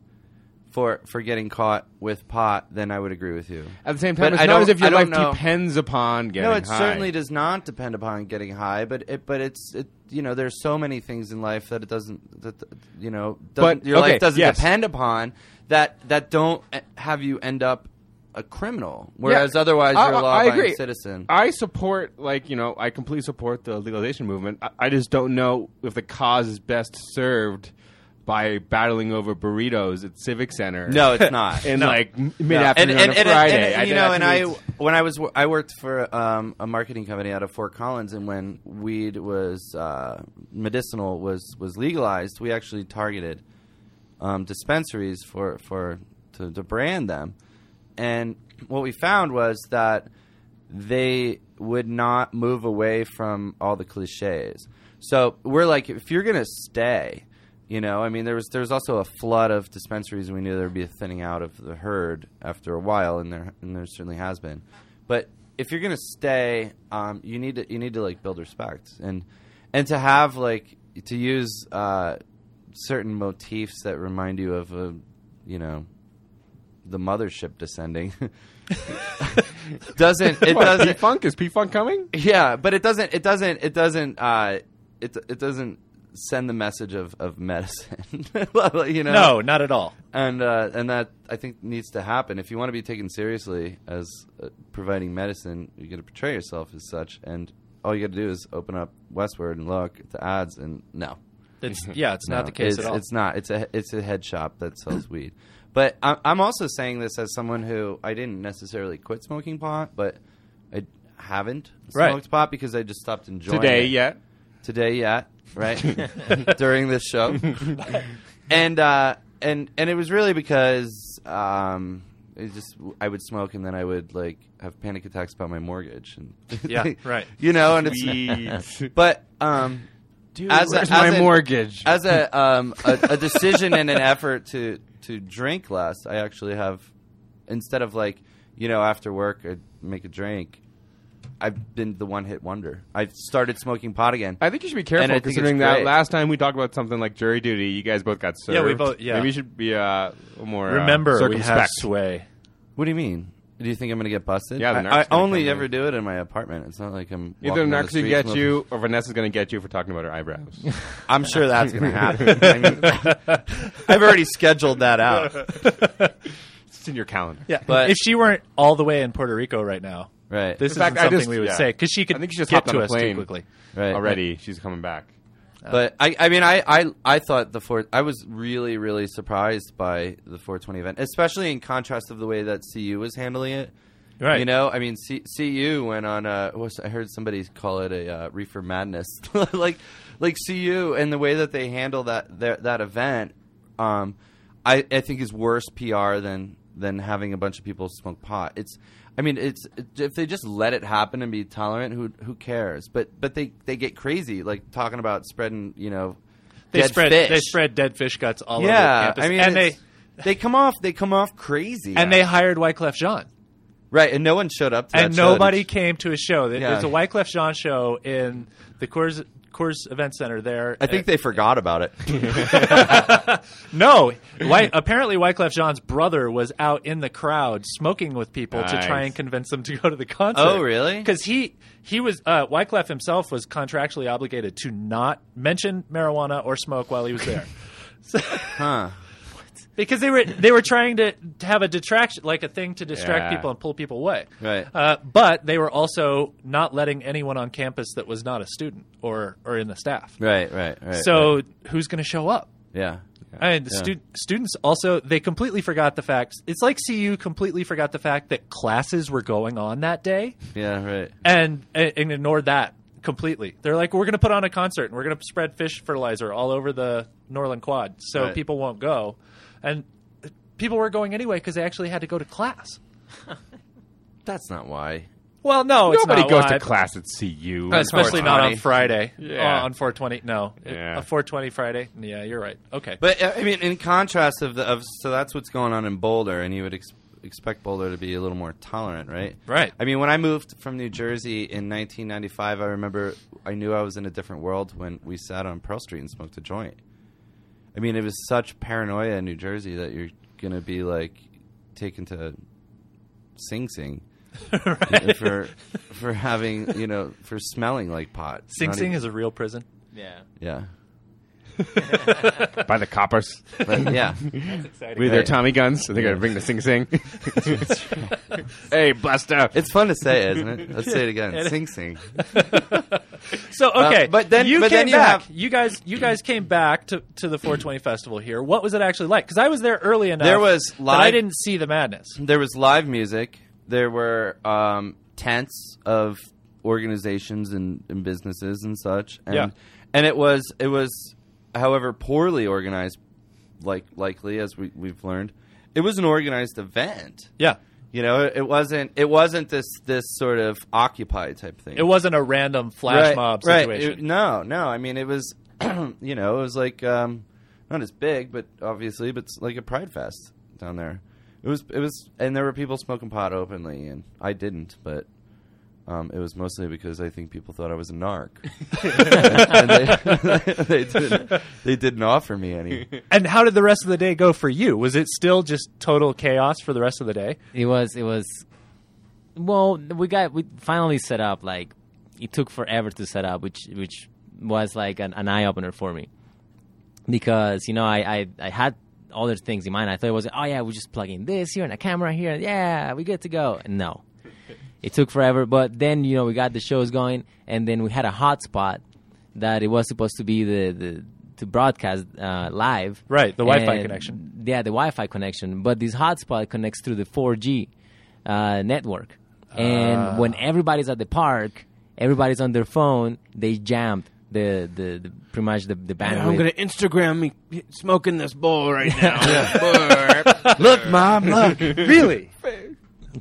C: for for getting caught with pot, then I would agree with you.
E: At the same time,
C: But
E: it's
C: I
E: not
C: don't-
E: as if
C: I
E: your life
C: don't know.
E: depends upon getting
C: No, it
E: high.
C: certainly does not depend upon getting high, but it, but it's it, you know there's so many things in life that it doesn't that you know doesn't,
E: But,
C: your
E: okay,
C: life doesn't
E: yes.
C: depend upon that that don't eh, have you end up a criminal, whereas
E: Yeah.
C: otherwise
E: I-
C: you're a
E: I- I
C: law-abiding
E: agree.
C: citizen.
E: I support, like, you know, I completely support the legalization movement. I, I just don't know if the cause is best served by battling over burritos at Civic Center.
C: no, it's not.
E: in
D: No.
E: like m- mid afternoon
C: and,
E: on a
C: and-
E: Friday.
C: and- and, you
E: I-
C: know, and I
E: think
C: when I was wor- I worked for um, a marketing company out of Fort Collins, and when weed was uh, medicinal was was legalized, we actually targeted um, dispensaries for for to, to brand them, and what we found was that they would not move away from all the cliches. So we're like, if you're gonna stay, you know, I mean, there was there was also a flood of dispensaries, and we knew there would be a thinning out of the herd after a while, and there and there certainly has been. But if you're gonna stay, um, you need to you need to like build respect and and to have like to use uh, certain motifs that remind you of a you know the mothership descending doesn't it
E: P
C: doesn't
E: Funk is P Funk coming?
C: yeah, but it doesn't. It doesn't. It doesn't. Uh, it it doesn't send the message of of medicine. you know.
D: No, not at all.
C: And uh, and that I think needs to happen if you want to be taken seriously as uh, providing medicine. You got to portray yourself as such, and all you got to do is open up Westward and look at the ads, and no,
D: It's yeah, it's
C: Mm-hmm. no,
D: not the case
C: it's,
D: at all.
C: It's not. It's a it's a head shop that sells weed. But I'm I'm also saying this as someone who I didn't necessarily quit smoking pot, but I haven't
D: Right.
C: smoked pot because I just stopped enjoying
E: Today
C: it.
E: yet.
C: Today yet, right? During this show, and uh, and and it was really because um, it just I would smoke and then I would like have panic attacks about my mortgage and
D: Yeah, right.
C: you know, and it's but um, as a- as
E: where's my
C: a-
E: mortgage?
C: as a um a, a decision and an effort to to drink less, I actually have instead of like you know after work I make a drink. I've been the one hit wonder. I've started smoking pot again.
E: I think you should be
C: And I
E: careful
C: think it's
E: considering that
C: great.
E: last time we talked about something like jury duty, you guys both got served.
D: Yeah, we both- yeah.
E: Maybe you should be uh, more uh,
D: Remember, we have
E: circumspect.
D: sway.
C: what do you mean? Do you think I'm going to get busted?
E: Yeah, the narc's
C: I, I
E: gonna
C: only
E: come
C: ever
E: in.
C: do it in my apartment. It's not like I'm
E: Either
C: walking down
E: Narc's gonna
C: the
E: get
C: street-
E: you, or Vanessa's gonna get you for talking about her eyebrows.
C: I'm sure that's going to happen. I mean, I've already scheduled that out.
E: it's in your calendar.
D: Yeah,
C: But-
D: if she weren't all the way in Puerto Rico right now,
C: Right.
D: this
E: In fact,
D: isn't
E: I
D: something
E: just-
D: we would
E: yeah.
D: say because she could
E: I think she just
D: get
E: hopped on
D: to
E: a
D: us too
E: plane.
D: quickly.
C: right.
E: Already, she's coming back.
C: But I, I mean, I, I, I thought the four. I was really, really surprised by the 420 event, especially in contrast of the way that CU was handling it.
D: Right.
C: You know, I mean, C, CU went on. A, was, I heard somebody call it a uh, reefer madness, like, like CU and the way that they handle that that, that event. Um, I, I think is worse PR than than having a bunch of people smoke pot. It's, I mean, it's if they just let it happen and be tolerant, who who cares? But but they they get crazy, like talking about spreading, you know,
D: they
C: dead
D: spread
C: fish.
D: they spread dead fish guts all over the
C: Yeah,
D: campus.
C: I mean,
D: and they
C: it's- they come off they come off crazy,
D: and they hired Wyclef Jean,
C: right, and no one showed up, to
D: and
C: that show.
D: nobody came to his show. There-
C: Yeah.
D: There's a Wyclef Jean show in the Coors Coors Event Center there.
C: I think they forgot about it.
D: No, Wy- apparently Wyclef Jean's brother was out in the crowd smoking with people to try
E: Nice.
D: and convince them to go to the concert.
C: Oh, really?
D: Because he he was uh, Wyclef himself was contractually obligated to not mention marijuana or smoke while he was there. So-
C: Huh.
D: Because they were they were trying to, to have a detraction, like a thing to distract
E: Yeah.
D: people and pull people away.
C: Right.
D: Uh, but they were also not letting anyone on campus that was not a student or or in the staff.
C: Right, right, right.
D: so
C: right.
D: who's going to show up?
C: yeah,
D: I mean, the stu- students also they completely forgot the fact. It's like CU completely forgot the fact that classes were going on that day
C: yeah, right.
D: and and, and ignored that completely. They're like, we're going to put on a concert and we're going to spread fish fertilizer all over the Norland Quad, so
C: Right.
D: people won't go. And people were going anyway because they actually had to go to class.
C: That's not why.
D: Well, no, it's
E: Nobody
D: not
E: goes
D: why.
E: to class at CU,
D: especially not on
C: 420.
D: Friday.
E: Yeah.
D: Uh, on 420. No,
E: Yeah.
D: Uh, 420 Friday. Yeah, you're right. Okay,
C: But uh, I mean, in contrast of the of so that's what's going on in Boulder, and you would ex- expect Boulder to be a little more tolerant, right?
D: Right.
C: I mean, when I moved from New Jersey in 1995, I remember I knew I was in a different world when we sat on Pearl Street and smoked a joint. I mean, it was such paranoia in New Jersey that you're going to be like taken to Sing Sing. for for having you know for smelling like pot
D: Sing
C: Not e-
D: Sing
C: even-
D: is a real prison.
F: Yeah.
C: yeah
E: by the coppers
C: but yeah
E: with their
C: Right.
E: Tommy guns. So they're gonna bring the Sing Sing. hey, Blaster!
C: It's fun to say, isn't it? Let's say it again. Sing Sing.
D: So okay,
C: Uh, but then-
D: you
C: but
D: came
C: then you
D: back.
C: have-
D: you guys, you guys came back to, to the 420 festival here. What was it actually like? Because I was there early enough.
C: There was
D: that
C: live-
D: I didn't see the madness.
C: There was live music. There were um, tents of organizations and, and businesses and such. And,
D: Yeah.
C: And it was it was, however, poorly organized. Like likely as we we've learned, it was an organized event.
D: Yeah,
C: You know, it wasn't it wasn't this this sort of occupy type thing.
D: it wasn't a random flash mob
C: It-
D: situation.
C: no, no. I mean, it was, you know, it was like um, not as big, but obviously, but it's like a Pride Fest down there. It was, it was, and there were people smoking pot openly, and I didn't, but. Um, it was mostly because I think people thought I was a narc, and they, they didn't. They didn't offer me any.
D: and how did the rest of the day go for you? Was it still just total chaos for the rest of the day?
F: It was. It was. Well, we got we finally set up. Like it took forever to set up, which which was like an, an eye opener for me because you know I, I I had other things in mind. I thought it was oh yeah we just plug in this here and a camera here. Yeah, we good to go. And no, it took forever. But then you know we got the shows going, and then we had a hotspot that it was supposed to be the the to broadcast uh, live.
D: Right, the Wi-Fi
F: And-
D: connection.
F: Yeah, the Wi-Fi connection. But this hotspot connects through the 4G uh, network, and
D: Ah.
F: when everybody's at the park, everybody's on their phone. They jammed the the, the pretty much the the bandwidth.
E: Instagram me smoking this bowl right now.
C: Look, mom, look.
D: Really?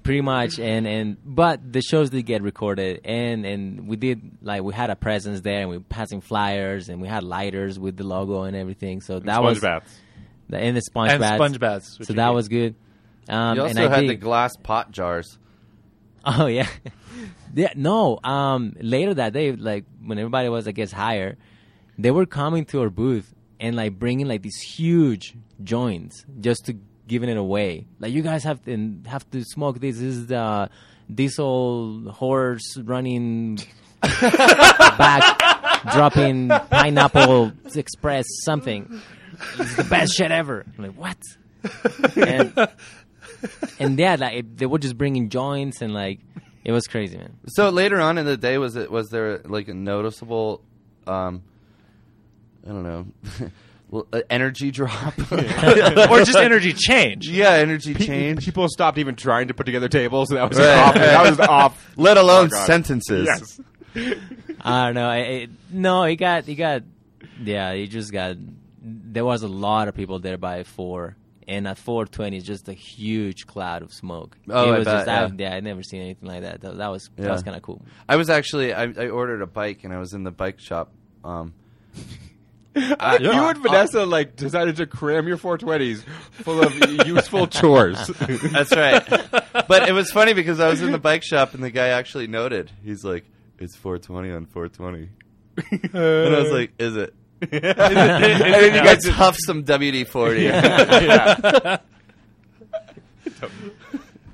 F: pretty much and and but the shows did get recorded and and we did like we had a presence there and we were passing flyers and we had lighters with the logo and everything so that was
E: Sponge baths.
F: the and the sponge
D: And
F: baths
D: sponge baths, which
F: so
D: you
F: that
D: did.
F: was good um
C: You
F: and
C: also
F: I
C: had
F: did,
C: the glass pot jars.
F: oh yeah yeah no um later that day like when everybody was I guess higher they were coming to our booth and like bringing like these huge joints just to giving it away. Like you guys have to have to smoke this. This is the diesel horse running back dropping pineapple express something. It's the best shit ever. I'm like what? And, and yeah, like it, they were just bringing joints and like it was crazy, man.
C: So later on in the day, was it was there like a noticeable, um, I don't know, l- uh, energy drop?
D: or just energy change.
C: yeah, energy
E: Pe-
C: change.
E: People stopped even trying to put together tables. That was
C: Right.
E: off. That was off.
C: Let alone
E: Oh, God.
C: sentences.
E: Yes.
F: I don't know. It, it, no, it got it got. Yeah, it just got. There was a lot of people there by four, and at four twenty, just a huge cloud of smoke.
C: Oh,
F: it
C: I
F: was
C: bet,
F: just I, yeah, I never seen anything like that. That, that was
C: Yeah.
F: that was kind of cool.
C: I was actually I, I ordered a bike and I was in the bike shop. Um, I- uh,
E: You and Vanessa like decided to cram your 420s full of useful chores.
C: That's right. but it was funny because I was in the bike shop and the guy actually noted. He's like, "It's 420 on 420," and I was like, "Is it?"
E: and then you guys
C: Let's huff some WD-40.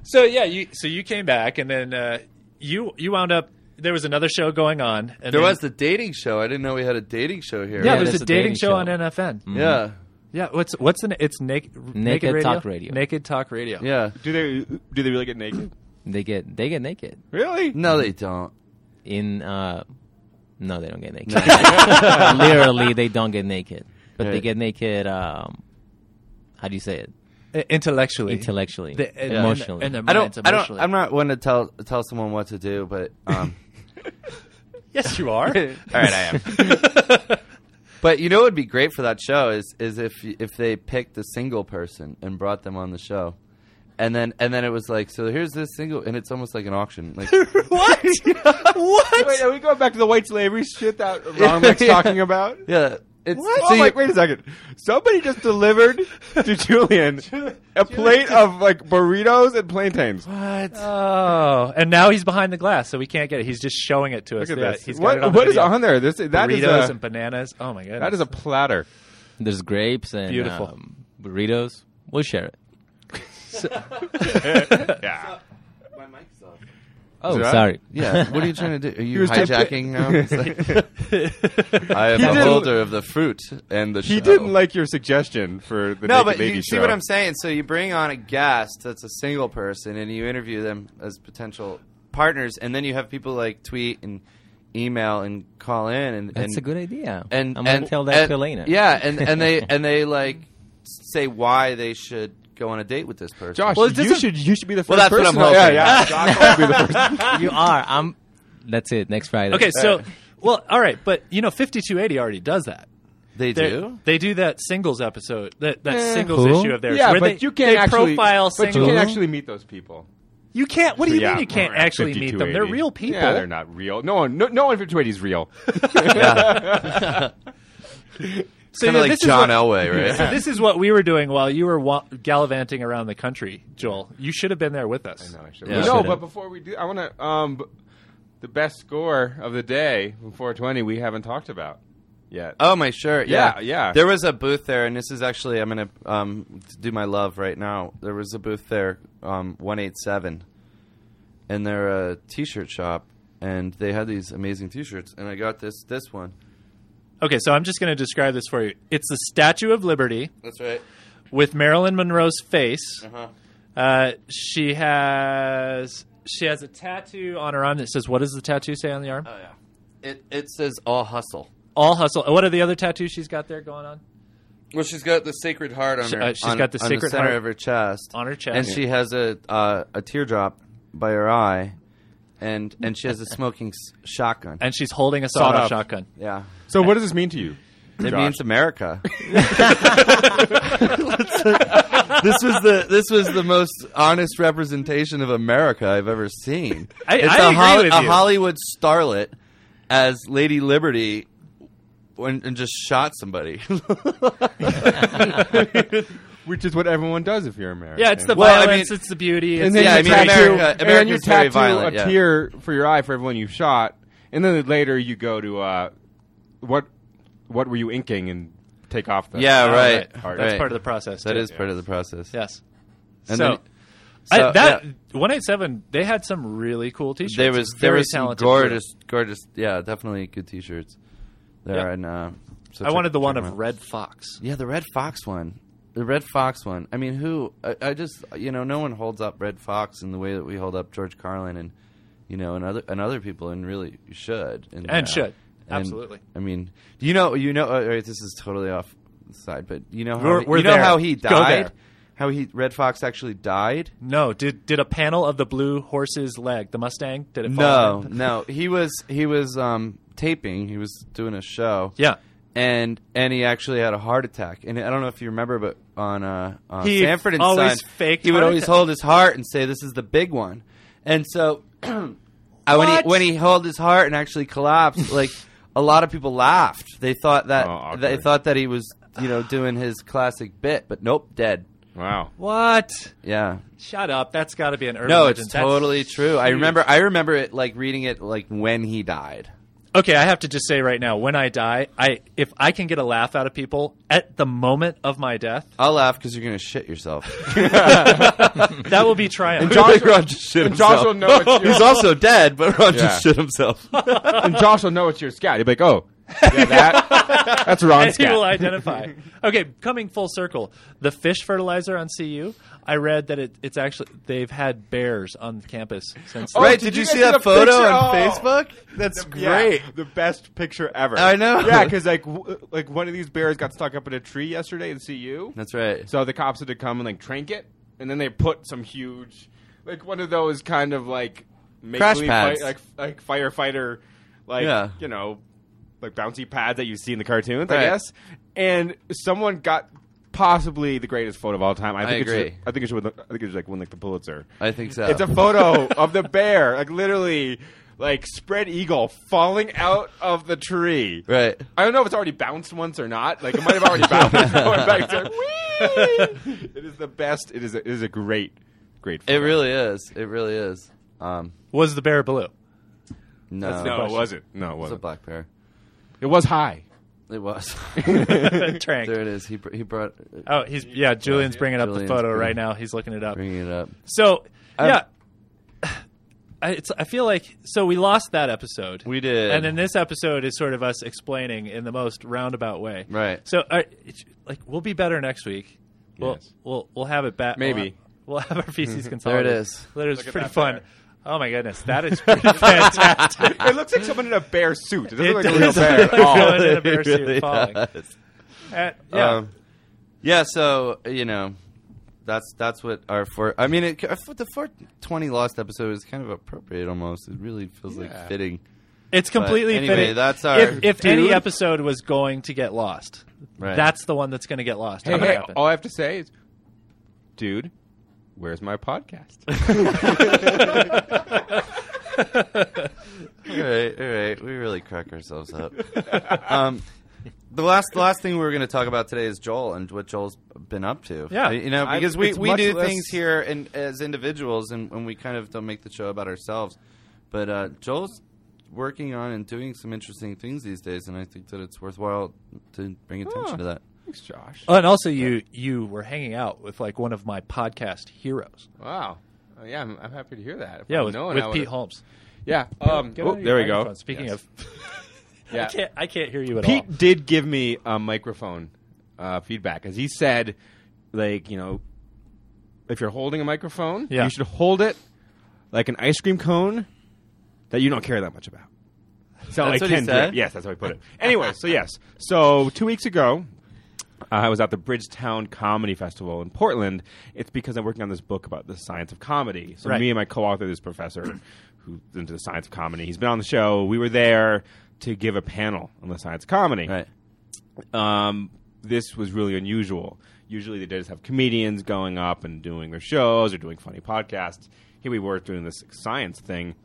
D: So yeah, you so you came back and then uh, you you wound up there was another show going on. And
C: There
D: then-
C: was the dating show. I didn't know we had a dating show here.
D: yeah,
F: Yeah,
D: there's
F: there's
D: a
F: a
D: dating,
F: dating
D: show,
F: show.
D: on NFN.
C: yeah,
D: Yeah, what's what's the na- it's naked
F: Naked
D: radio?
F: Talk Radio.
D: Naked Talk Radio.
C: yeah.
E: do they do they really get naked?
F: They get they get naked
E: Really?
C: No, they don't.
F: in. uh No, they don't get naked. Literally, they don't get naked, but they
C: Right.
F: get naked. um How do you say it?
D: I- Intellectually.
F: Intellectually,
D: The- and-
F: emotionally.
D: and- and
C: I
D: their
C: don't.
D: minds
C: I don't.
D: emotionally.
C: I'm not one to tell tell someone what to do, but um,
D: Yes, you are.
C: all right, I am. But you know, what would be great for that show is is if if they picked a single person and brought them on the show, and then and then it was like, so here's this single, and it's almost like an auction. Like,
D: what? what?
E: Wait, are we going back to the white slavery shit that Romek's talking about?
C: yeah, it's
E: What?
C: so
E: oh,
C: you-
E: like, wait a second. Somebody just delivered to Julian a plate of like burritos and plantains. Look
D: Oh, and now he's behind the glass, so we can't get it. He's just showing it to us.
E: at
D: there.
E: this.
D: He's got
E: what
D: it on
E: what is
D: video.
E: on there? This that is
D: Burritos
E: a,
D: and bananas. Oh my god,
E: that is a platter.
F: There's grapes and
D: Beautiful.
F: um, burritos. We'll share it.
E: Yeah.
C: My mic's off.
F: Oh,
E: that-
F: sorry.
C: Yeah, what are you trying to do? Are you
E: was tempted-
C: hijacking now? It's like- I am
E: He
C: the
E: didn't-
C: holder of the fruit and the show.
E: He didn't like your suggestion for the
C: No,
E: naked
C: but
E: baby
C: you
E: show.
C: see what I'm saying. So you bring on a guest that's a single person, and you interview them as potential partners, and then you have people like tweet and email and call in, and
F: That's
C: and,
F: a good idea.
C: And
F: I'm
C: and,
F: gonna tell that
C: and-
F: to Elena.
C: Yeah, and and they and they like say why they should go on a date with this person.
E: Josh,
D: Well, it
E: you
D: doesn't-
E: should you should be the first
C: Well, that's what
E: person.
C: I'm hoping.
E: Yeah, yeah. Josh will be the first.
F: you are. I'm. That's it. Next Friday.
D: okay. So, well, all right, but you know, fifty-two eighty already does that.
C: they
D: They
C: do.
D: they do that singles episode, that that
E: Eh,
D: singles
F: who?
D: issue of theirs.
E: Yeah,
D: where
E: but
D: they,
E: you can't
D: they
E: actually
D: profile
E: But you
D: singles.
E: can't
F: single-
E: actually meet those people.
D: You can't. What do you
E: Yeah,
D: mean you can't
E: we're at
D: actually meet them? They're
E: 5280.
D: real people.
E: Yeah, they're not real. No one, no, no one from 280 is real.
D: So
C: Kind
D: yeah,
C: of like
D: this is
C: John
D: what-
C: Elway, right?
D: So this is what we were doing while you were wa- gallivanting around the country, Joel. You should have been there with us.
E: No, I should-
C: Yeah.
E: no
F: Should've.
E: but before we do, I want to. Um, b- the best score of the day from 420 we haven't talked about yet.
C: Oh my shirt, yeah.
E: Yeah, yeah.
C: There was a booth there, and this is actually I'm gonna um, do my love right now. There was a booth there, um, one eight seven, and they're a t-shirt shop, and they had these amazing t-shirts, and I got this this one.
D: Okay, so I'm just going to describe this for you. It's the Statue of Liberty
C: That's right.
D: with Marilyn Monroe's
E: Mm-hmm.
D: face.
C: Uh-huh.
D: Uh, she has she has a tattoo on her arm that says, "What does the tattoo say on the arm?"
E: Uh,
C: Oh yeah. It it says all hustle.
D: All hustle. What are the other tattoos she's got there going on?
C: Well, she's got the Sacred Heart on
D: She-
C: her.
D: uh, she's
C: on-
D: got the
C: on
D: Sacred
C: center
D: Heart
C: of her chest.
D: on her
C: and
D: chest.
C: she has a uh, a teardrop by her eye, and and she has a smoking s- shotgun.
D: And she's holding a
E: Sawed
D: sawed-off
E: off.
D: shotgun.
C: yeah,
E: so what does this mean to you?
C: it
E: Josh?
C: means America. this was the this was the most honest representation of America I've ever seen.
D: I-
C: it's
D: I
C: a
D: agree
C: Hol-
D: with
C: a
D: you.
C: Hollywood starlet as Lady Liberty. When, and just shot somebody.
E: Which is what everyone does if you're American.
D: Yeah, it's the
C: Well, I
D: violence.
C: mean-
D: it's the beauty. It's
E: and then
C: yeah,
E: you
C: I mean,
E: tattoo,
C: America-
E: and then you
C: America's very
E: tattoo
C: violent,
E: a
C: yeah.
E: tear for your eye for everyone you shot, and then later you go to uh, what what were you inking and take off the
C: yeah,
D: Oh,
C: right.
D: That's part of the process.
C: That
D: too.
C: is part of the process.
D: yes.
C: And
D: so,
C: then- so,
D: I, that
C: yeah.
D: one eight seven, they had some really cool t-shirts.
C: there was
D: Very
C: there was some
D: talented
C: gorgeous, gorgeous, yeah, definitely good T-shirts there,
D: Yeah.
C: and uh, so
D: crew. I
C: check-
D: wanted the
C: check
D: one
C: them
D: of
C: out.
D: Red Fox.
C: Yeah, the Red Fox one. The Red Fox one. I mean, who? I, I just you know, no one holds up Red Fox in the way that we hold up George Carlin and you know, and other and other people, and really should and, uh,
D: And should.
C: And,
D: Absolutely.
C: I mean, do you know? You know? oh, All right, this is totally off the side, but you know how
D: We're-
C: he,
D: we're
C: you know
D: there.
C: how he
D: Go there.
C: died. How he Red Fox actually died?
D: No, did did a panel of the blue horse's leg, the Mustang? Did it? fall
C: No,
D: on it?
C: no. He was he was um, taping. He was doing a show.
D: Yeah.
C: and and he actually had a heart attack. And I don't know if you remember, but on uh, on
D: He
C: Sanford and
D: always
C: Son,
D: faked
C: he would
D: heart
C: always
D: attack-
C: hold his heart and say, "This is the big one." And so, I, when he
D: What?
C: when he held his heart and actually collapsed, like a lot of people laughed. They thought that
E: Oh,
C: they
E: awkward.
C: thought that he was you know doing his classic bit, but nope, dead.
E: Wow.
D: What?
C: Yeah,
D: Shut up! That's got to be an urban
C: no,
D: legend.
C: it's
D: That's
C: totally true. I
D: huge.
C: remember I remember it like reading it like when he died.
D: Okay, I have to just say right now, when I die, I if I can get a laugh out of people at the moment of my death,
C: I'll laugh because you're gonna shit yourself.
D: that will be triumph.
C: Ron just shit
E: And Josh will
C: himself.
E: know it's your,
C: He's also dead, but Ron
E: Yeah. Oh,
C: just shit himself.
E: and Josh will know it's your scout. He'll be like, oh, yeah, that, that's
D: and
E: Ron's
D: he will
E: scout.
D: identify. Okay, coming full circle, the fish fertilizer on CU. I read that it, it's actually they've had bears on campus since.
E: Oh,
C: right?
E: did
C: Did,
E: you
C: you,
E: guys
C: see
E: see the
C: that photo
E: picture?
C: on
E: Oh.
C: Facebook? That's great.
E: Yeah, the best picture ever.
C: I know.
E: Yeah, because like w- like one of these bears got stuck up in a tree yesterday in CU.
C: That's right.
E: So the cops had to come and like trank it, and then they put some huge, like one of those kind of like
C: Crash
E: make-believe
C: pads.
E: like like firefighter, like
C: Yeah.
E: you know, like bouncy pads that you see in the cartoons, I
C: Right.
E: guess. And someone got possibly the greatest photo of all time. I think it's
C: agree.
E: I think it should. I think it should like win like the Pulitzer.
C: I think so.
E: It's a photo of the bear, like literally, like spread eagle falling out of the tree.
C: right.
E: I don't know if it's already bounced once or not. Like it might have already bounced. It's going back to Whee! It is the best. It is. A, it is a great, great.
C: It
E: Photo.
C: really is. It really is. Um,
D: Was the bear blue?
C: no,
E: No, it
C: it
E: wasn't. No,
C: was
E: it
C: a
E: wasn't.
C: black bear.
E: It was high.
C: It was.
D: Trank.
C: there it is. He br- he brought
D: Oh, he's yeah. Julian's bringing up
C: Julian's
D: the photo
C: bringing-
D: right now. He's looking it up.
C: bringing it up.
D: So
C: Um,
D: yeah, I, it's, I feel like so we lost that episode.
C: We did.
D: and then this episode is sort of us explaining in the most roundabout way.
C: Right.
D: So I, it's- like we'll be better next week. We'll
E: Yes.
D: we'll we'll have it back.
E: Maybe.
D: we'll have, we'll have our feces
C: There
D: consolidated.
C: it is.
D: That is
E: Look at
D: pretty
E: that
D: fun.
E: there.
D: Oh my goodness, that is pretty fantastic.
E: It looks like someone in a bear suit. It doesn't
D: It
E: look like a real
D: does
E: bear Oh,
D: look
E: at
D: like
E: all.
D: someone- in a bear suit
C: really
D: falling.
C: does.
D: Uh, yeah.
C: Um, yeah. So you know, that's that's what our four. I mean, it, the four twenty lost episode is kind of appropriate almost. It really feels like fitting.
D: It's completely
C: anyway,
D: fitting.
C: that's our-
D: if, if any
E: Dude.
D: episode was going to get lost,
C: Right.
D: that's the one that's going to get lost.
E: Hey,
D: How did
E: hey,
D: it happen?
E: all I have to say is, dude, where's my podcast?
C: all right, all right. We really crack ourselves up. um, the last the last thing we were going to talk about today is Joel and what Joel's been up to. Uh,
D: Yeah.
C: you know,
E: I've-
C: because we,
E: it's
C: we
E: much
C: do
E: less-
C: things here and as individuals, and, and we kind of don't make the show about ourselves. But uh, Joel's working on and doing some interesting things these days, and I think that it's worthwhile to bring attention
E: Huh.
C: to that.
E: Thanks, Josh.
D: Oh, and also you you were hanging out with like one of my podcast heroes.
E: Wow. Uh, yeah, I'm, I'm happy to hear that. If
D: Yeah,
E: I'd
D: with,
E: known,
D: with
E: I would've-
D: Pete Holmes.
E: Yeah. Um,
D: Get
E: oh,
D: out of
E: there
D: your
E: we go.
D: microphone. Speaking
E: Yes.
D: of,
E: Yeah.
D: I can't I can't hear you at all.
E: Pete did give me a microphone uh, feedback, as he said, like you know, if you're holding a microphone,
D: Yeah.
E: you should hold it like an ice cream cone that you don't care that much about. So
C: That's
E: I
C: what he
E: can do
C: said?
E: it. Yes, that's how he put it. anyway, so yes, so two weeks ago. Uh, I was at the Bridgetown Comedy Festival in Portland. It's because I'm working on this book about the science of comedy. So
D: Right.
E: me and my co-author, this professor who's into the science of comedy, he's been on the show. We were there to give a panel on the science of comedy
C: Right.
E: um, this was really unusual. Usually they just have comedians going up and doing their shows or doing funny podcasts. Here we were doing this science thing.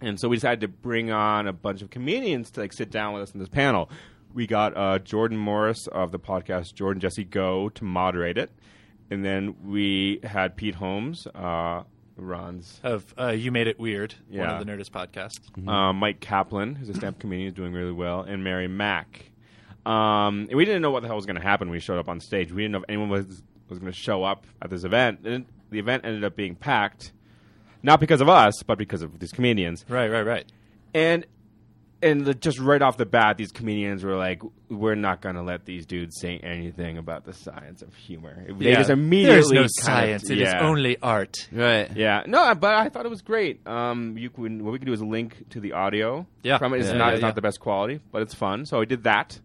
E: And so we decided to bring on a bunch of comedians to like sit down with us in this panel. We got uh, Jordan Morris of the podcast Jordan Jesse Go to moderate it. And then we had Pete Holmes, uh, Ron's
D: of uh, you made it weird.
E: Yeah.
D: One of the Nerdist podcasts.
E: uh, Mike Kaplan, who's a stand-up comedian, is doing really well, and Mary Mack. Um, and we didn't know what the hell was going to happen when we showed up on stage. We didn't know if anyone was was going to show up at this event, and the event ended up being packed, not because of us, but because of these comedians.
D: Right, right, right.
E: And and the, just right off the bat, these comedians were like, "We're not going to let these dudes say anything about the science of humor." They just immediately
D: There's no
E: kind of-
D: science. It is
E: yeah.
D: only art.
C: Right.
E: Yeah, no, but I thought it was great. Um, you can what we can do is link to the audio.
D: Yeah.
E: from it. It's
C: Yeah,
E: not
C: yeah,
E: it's
C: yeah.
E: not the best quality, but it's fun. So I did that.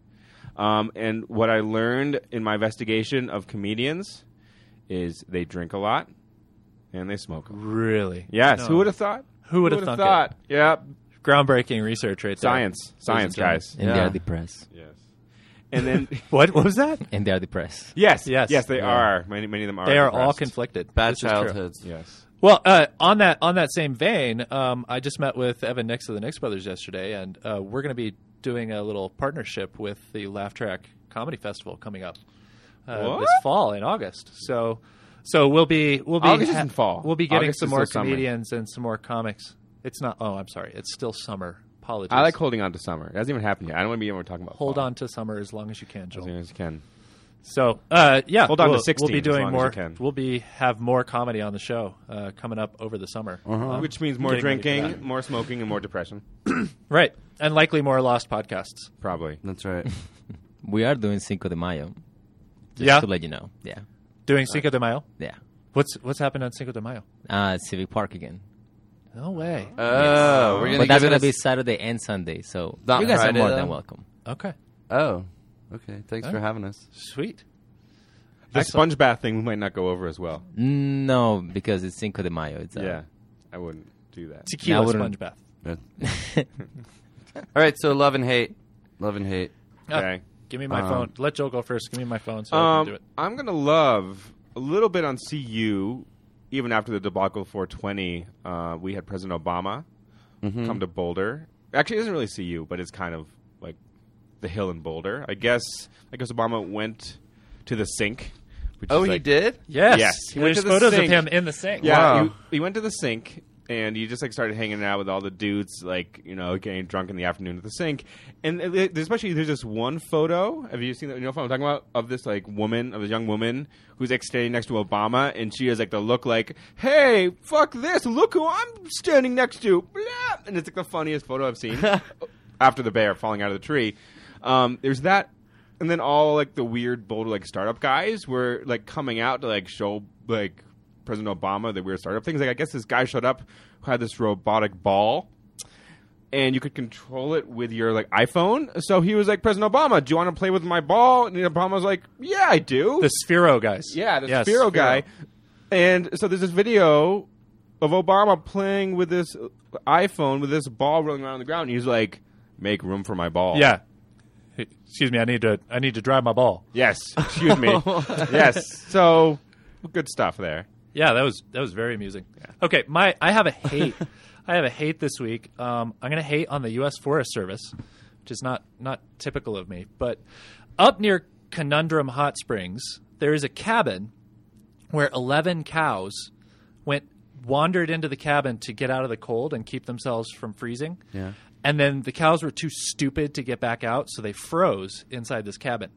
E: Um, and what I learned in my investigation of comedians is they drink a lot and they smoke. a lot.
D: Really?
E: Yes,
D: No.
E: who would have thought?
D: Who would have
E: would've
D: thunk it?
E: Yeah,
D: Groundbreaking research right there.
E: science, science, guys.
F: and they
C: Yeah.
F: are depressed.
E: Yes, and then
D: What? What was that?
F: And they are depressed.
E: yes, yes,
D: Yes.
E: yes, they
D: Yeah.
E: are. Many, many of them are.
D: They are all
E: depressed.
D: conflicted.
C: Bad
D: This is true.
C: childhoods.
E: Yes.
D: Well, uh, on that on that same vein, um, I just met with Evan Nix of the Nix Brothers yesterday, and uh, we're going to be doing a little partnership with the Laugh Track Comedy Festival coming up uh,
E: What?
D: this fall in August. So, so we'll be we'll be
E: August isn't fall.
D: We'll be getting
E: August
D: some
E: is
D: more
E: still summer.
D: comedians and some more comics. It's not. Oh, I'm sorry. It's still summer. Apologies.
E: I like holding on to summer. It hasn't even happened yet. I don't want to be even talking about.
D: hold
E: fall.
D: on to summer as long as you can,
E: as
D: Joel.
E: soon as you can.
D: So uh, yeah,
E: Hold on to
D: we'll,
E: 16
D: We'll be
E: as
D: doing
E: long as you
D: more.
E: can.
D: We'll be have more comedy on the show uh, coming up over the summer, Um,
E: Uh-huh. Which means more
D: getting ready for
E: drinking,
D: that.
E: more smoking, and more depression.
D: right? And likely more lost podcasts.
E: Probably.
C: That's right.
F: We are doing Cinco de Mayo. Just
D: yeah,
F: to let you know. Yeah.
D: doing Cinco de Mayo.
F: Yeah.
D: What's what's happened on Cinco de Mayo?
F: Uh, Civic Park again.
D: No way.
C: Oh, we're gonna
F: But that's
C: give
F: going to
C: it a
F: be
C: s-
F: Saturday and Sunday. So
C: Not
F: you guys
C: Friday,
F: are more
C: though?
F: than welcome.
D: Okay,
C: Oh, okay. Thanks for having us.
D: sweet.
E: The sponge bath thing we might not go over as well.
F: No, because it's Cinco de Mayo. It's, uh,
E: Yeah, I wouldn't do that.
D: Tequila
F: wouldn't-
D: sponge bath.
C: Good. All right. So love and hate. Love and hate.
D: Ah,
E: Okay.
D: give me my
C: Um,
D: phone. Let Joel go first. Give me my phone so I can do
E: Um,
D: it.
E: I'm gonna love a little bit on CU. Even after the debacle 420, uh, we had President Obama
C: Mm-hmm.
E: come to Boulder. Actually, it isn't really CU, but it's kind of like the hill in Boulder. I guess. I guess Obama went to the sink. Which
C: Oh,
E: is
C: he
E: like-
C: did.
D: Yes,
E: yes. He went
D: there's
E: to the
D: photos
E: sink.
D: of him in the sink.
E: Yeah,
C: Wow.
E: he, he went to the sink and he just like started hanging out with all the dudes, like you know, getting drunk in the afternoon at the sink. And it- it- especially, there's this one photo. Have you seen that? You know what I'm talking about? Of this like woman, of this young woman who's like standing next to Obama, and she has like the look like, "Hey, fuck this! Look who I'm standing next to!" Blah! And it's like the funniest photo I've seen after the bear falling out of the tree. Um, there's that, and then all like the weird Boulder like startup guys were like coming out to like show like President Obama the weird startup things. Like I guess this guy showed up who had this robotic ball. And you could control it with your like iPhone. So he was like, President Obama, do you want to play with my ball? And Obama was like, Yeah, I do.
D: The Sphero guys.
E: Yeah, the
D: Yes,
E: Spiro guy. And so there's this video of Obama playing with this iPhone with this ball rolling around on the ground. And he's like, "Make room for my ball."
D: Yeah. Excuse me. I need to I need to drive my ball.
E: Yes. Excuse me. yes. So good stuff there.
D: Yeah, that was that was very amusing. Okay, my I have a hate. I have a hate this week. Um, I'm going to hate on the U.S. Forest Service, which is not not typical of me. But up near Conundrum Hot Springs, there is a cabin where 11 cows went wandered into the cabin to get out of the cold and keep themselves from freezing.
C: Yeah.
D: And then the cows were too stupid to get back out, so they froze inside this cabin.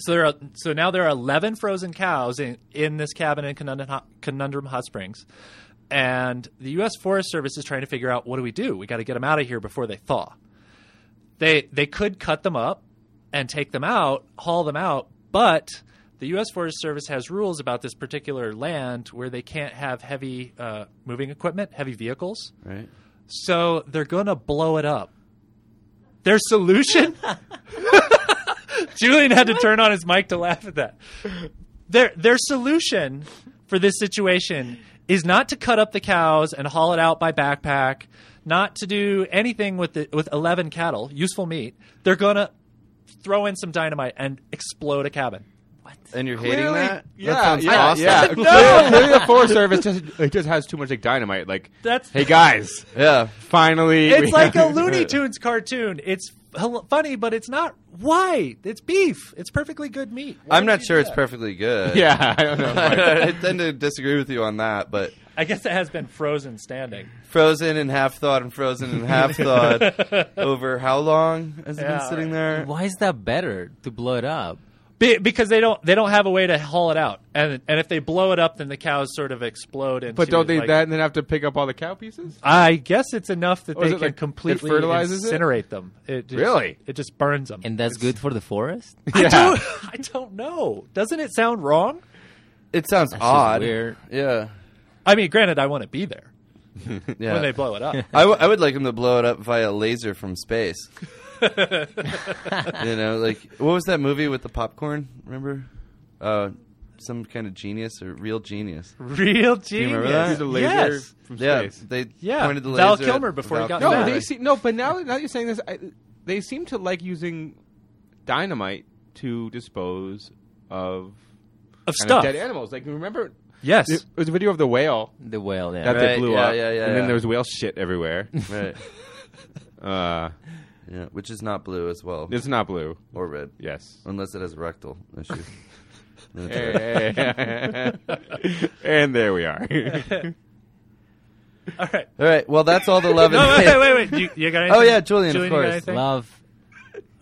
D: So there are so now there are eleven frozen cows in, in this cabin in Conundrum Hot, Conundrum Hot Springs, and the U.S. Forest Service is trying to figure out what do we do? We got to get them out of here before they thaw. They they could cut them up and take them out, haul them out, but the U.S. Forest Service has rules about this particular land where they can't have heavy uh, moving equipment, heavy vehicles.
C: Right.
D: So they're gonna blow it up. Their solution? Julian had to turn on his mic to laugh at that. Their their solution for this situation is not to cut up the cows and haul it out by backpack, not to do anything with the, with eleven cattle, useful meat. They're gonna throw in some dynamite and explode a cabin.
C: And you're hating
E: Clearly-
C: that?
E: Yeah,
C: that sounds
E: yeah,
C: awesome.
E: yeah. Clearly- Clearly the Forest Service just it just has too much like dynamite. Like,
D: That's
E: hey guys,
C: Yeah.
E: finally, we-
D: It's like a Looney Tunes cartoon. It's hel- funny, but it's not. Why? It's beef. It's perfectly good meat. Why
C: I'm
D: would
C: not
D: you
C: sure
D: do
C: it's
D: that?
C: perfectly good.
E: yeah, I don't know.
C: I tend to disagree with you on that, but
D: I guess it has been frozen standing.
C: frozen and half thawed and frozen and half thawed over how long has it
D: Yeah,
C: been sitting there?
F: Why is that better to blow it up?
D: Be, because they don't they don't have a way to haul it out, and and if they blow it up, then the cows sort of explode. Into,
E: But don't they
D: like-
E: that and then have to pick up all the cow pieces?
D: I guess it's enough that
E: Or
D: they
E: is it
D: can
E: like it
D: completely
E: fertilizes it?
D: incinerate them. It just,
E: Really?
D: It just burns them.
F: and that's good for the forest.
D: I don't I don't know. Doesn't it sound wrong?
C: It sounds
F: just
C: odd.
F: weird.
C: Yeah.
D: I mean, granted, I want to be there
C: Yeah.
D: when they blow it up.
C: I, w- I would like him to blow it up via laser from space. you know, like what was that movie with the popcorn? Remember? Uh, some kind of genius or real genius.
D: Real genius.
C: remember that? Use a
E: laser
D: Yes.
E: from
C: yeah,
E: space.
C: they
D: Yeah,
C: pointed the laser.
D: Val
C: at
D: Kilmer before he
C: Val
D: got
E: No,
C: Kilmer.
D: Exactly.
E: they see. No, but now now you're saying this, I, they seem to like using dynamite to dispose of
D: Of
E: kind of
D: stuff.
E: dead animals. Like remember,
D: Yes.
E: it was a video of the whale
F: The whale, yeah.
E: that they
C: Right,
E: blew
C: yeah,
E: up,
C: yeah, yeah,
E: and
C: yeah.
E: then there was whale shit everywhere.
C: right?
E: uh,
C: Yeah, which is not blue as well
E: it's not blue.
C: or red,
E: Yes.
C: unless it has a rectal issue. Then it's red.
E: and there we are.
D: all right.
C: All right, well that's all the love.
D: No,
C: and
D: wait, wait, wait. You, you got anything?
C: Oh, yeah, Julian, of
D: you got
C: course.
D: anything?
F: Love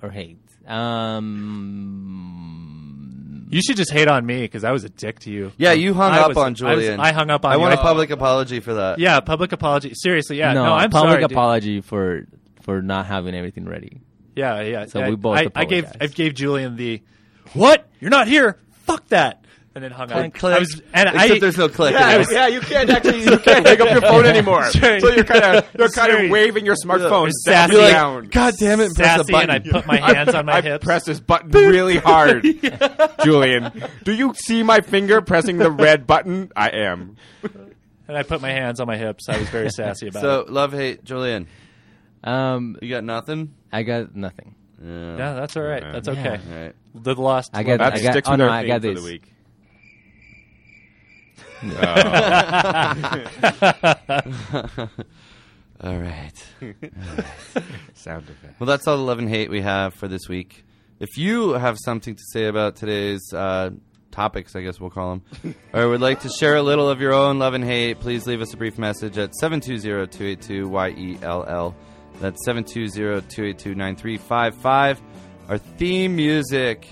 F: or hate. Um,
D: You should just hate on me because I was a dick to you.
C: Yeah, you hung
D: I
C: up
D: was-
C: on
D: I was-
C: Julian.
D: I hung up on
C: I
D: you.
C: want a
D: I-
C: public apology for that.
D: Yeah, public apology. Seriously, yeah.
F: no,
D: No, I'm
F: public
D: sorry. dude.
F: apology for for not having everything ready.
D: Yeah, yeah.
F: So
D: I,
F: we both
D: I, I gave
F: apologize.
D: I gave Julian the what? You're not here. Fuck that. And then hung
C: Click,
D: up.
C: click.
D: I was and
C: Except
D: I
C: there's no click.
D: Yeah, I was-
E: yeah, you can't actually you can't pick up your phone anymore.
D: Sorry.
E: So you're kind of you're kind
D: Sorry.
E: of waving your smartphone
D: sassy.
E: down.
D: You're like,
C: God damn it! Press the
D: sassy and I
C: button.
D: put my hands on my
E: I
D: hips.
E: press this button really hard, Julian. Do you see my finger pressing the red button? I am.
D: and I put my hands on my hips. I was very sassy about
C: So
D: it.
C: love hate Julian.
F: Um,
C: You got nothing.
F: I got nothing.
C: Yeah.
D: Yeah, that's all right. That's
F: Yeah.
D: okay.
C: All right.
D: The lost.
F: I got.
E: That
F: I got.
E: sticks
F: Oh
E: with
F: no,
E: our
F: I
E: theme
F: got
E: for
F: this.
E: the week. Oh,
C: All right.
E: Sound effect.
C: Well, that's all the love and hate we have for this week. If you have something to say about today's uh, topics, I guess we'll call them, or would like to share a little of your own love and hate, please leave us a brief message at 720-282-YELL. E That's 720-282-9355. Our theme music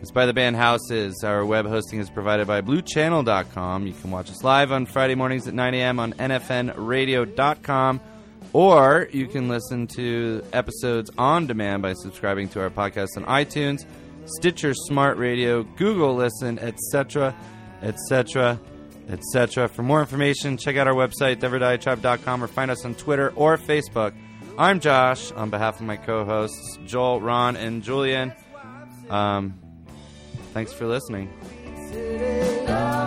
C: is by the band Houses. Our web hosting is provided by bluechannel.com. You can watch us live on Friday mornings at 9 a.m. on nfnradio.com. Or you can listen to episodes on demand by subscribing to our podcast on iTunes, Stitcher Smart Radio, Google Listen, etc., etc., etc. For more information, check out our website, deverdietribe.com, or find us on Twitter or Facebook. I'm Josh on behalf of my co hosts, Joel, Ron, and Julian. Um, thanks for listening.
B: City lights.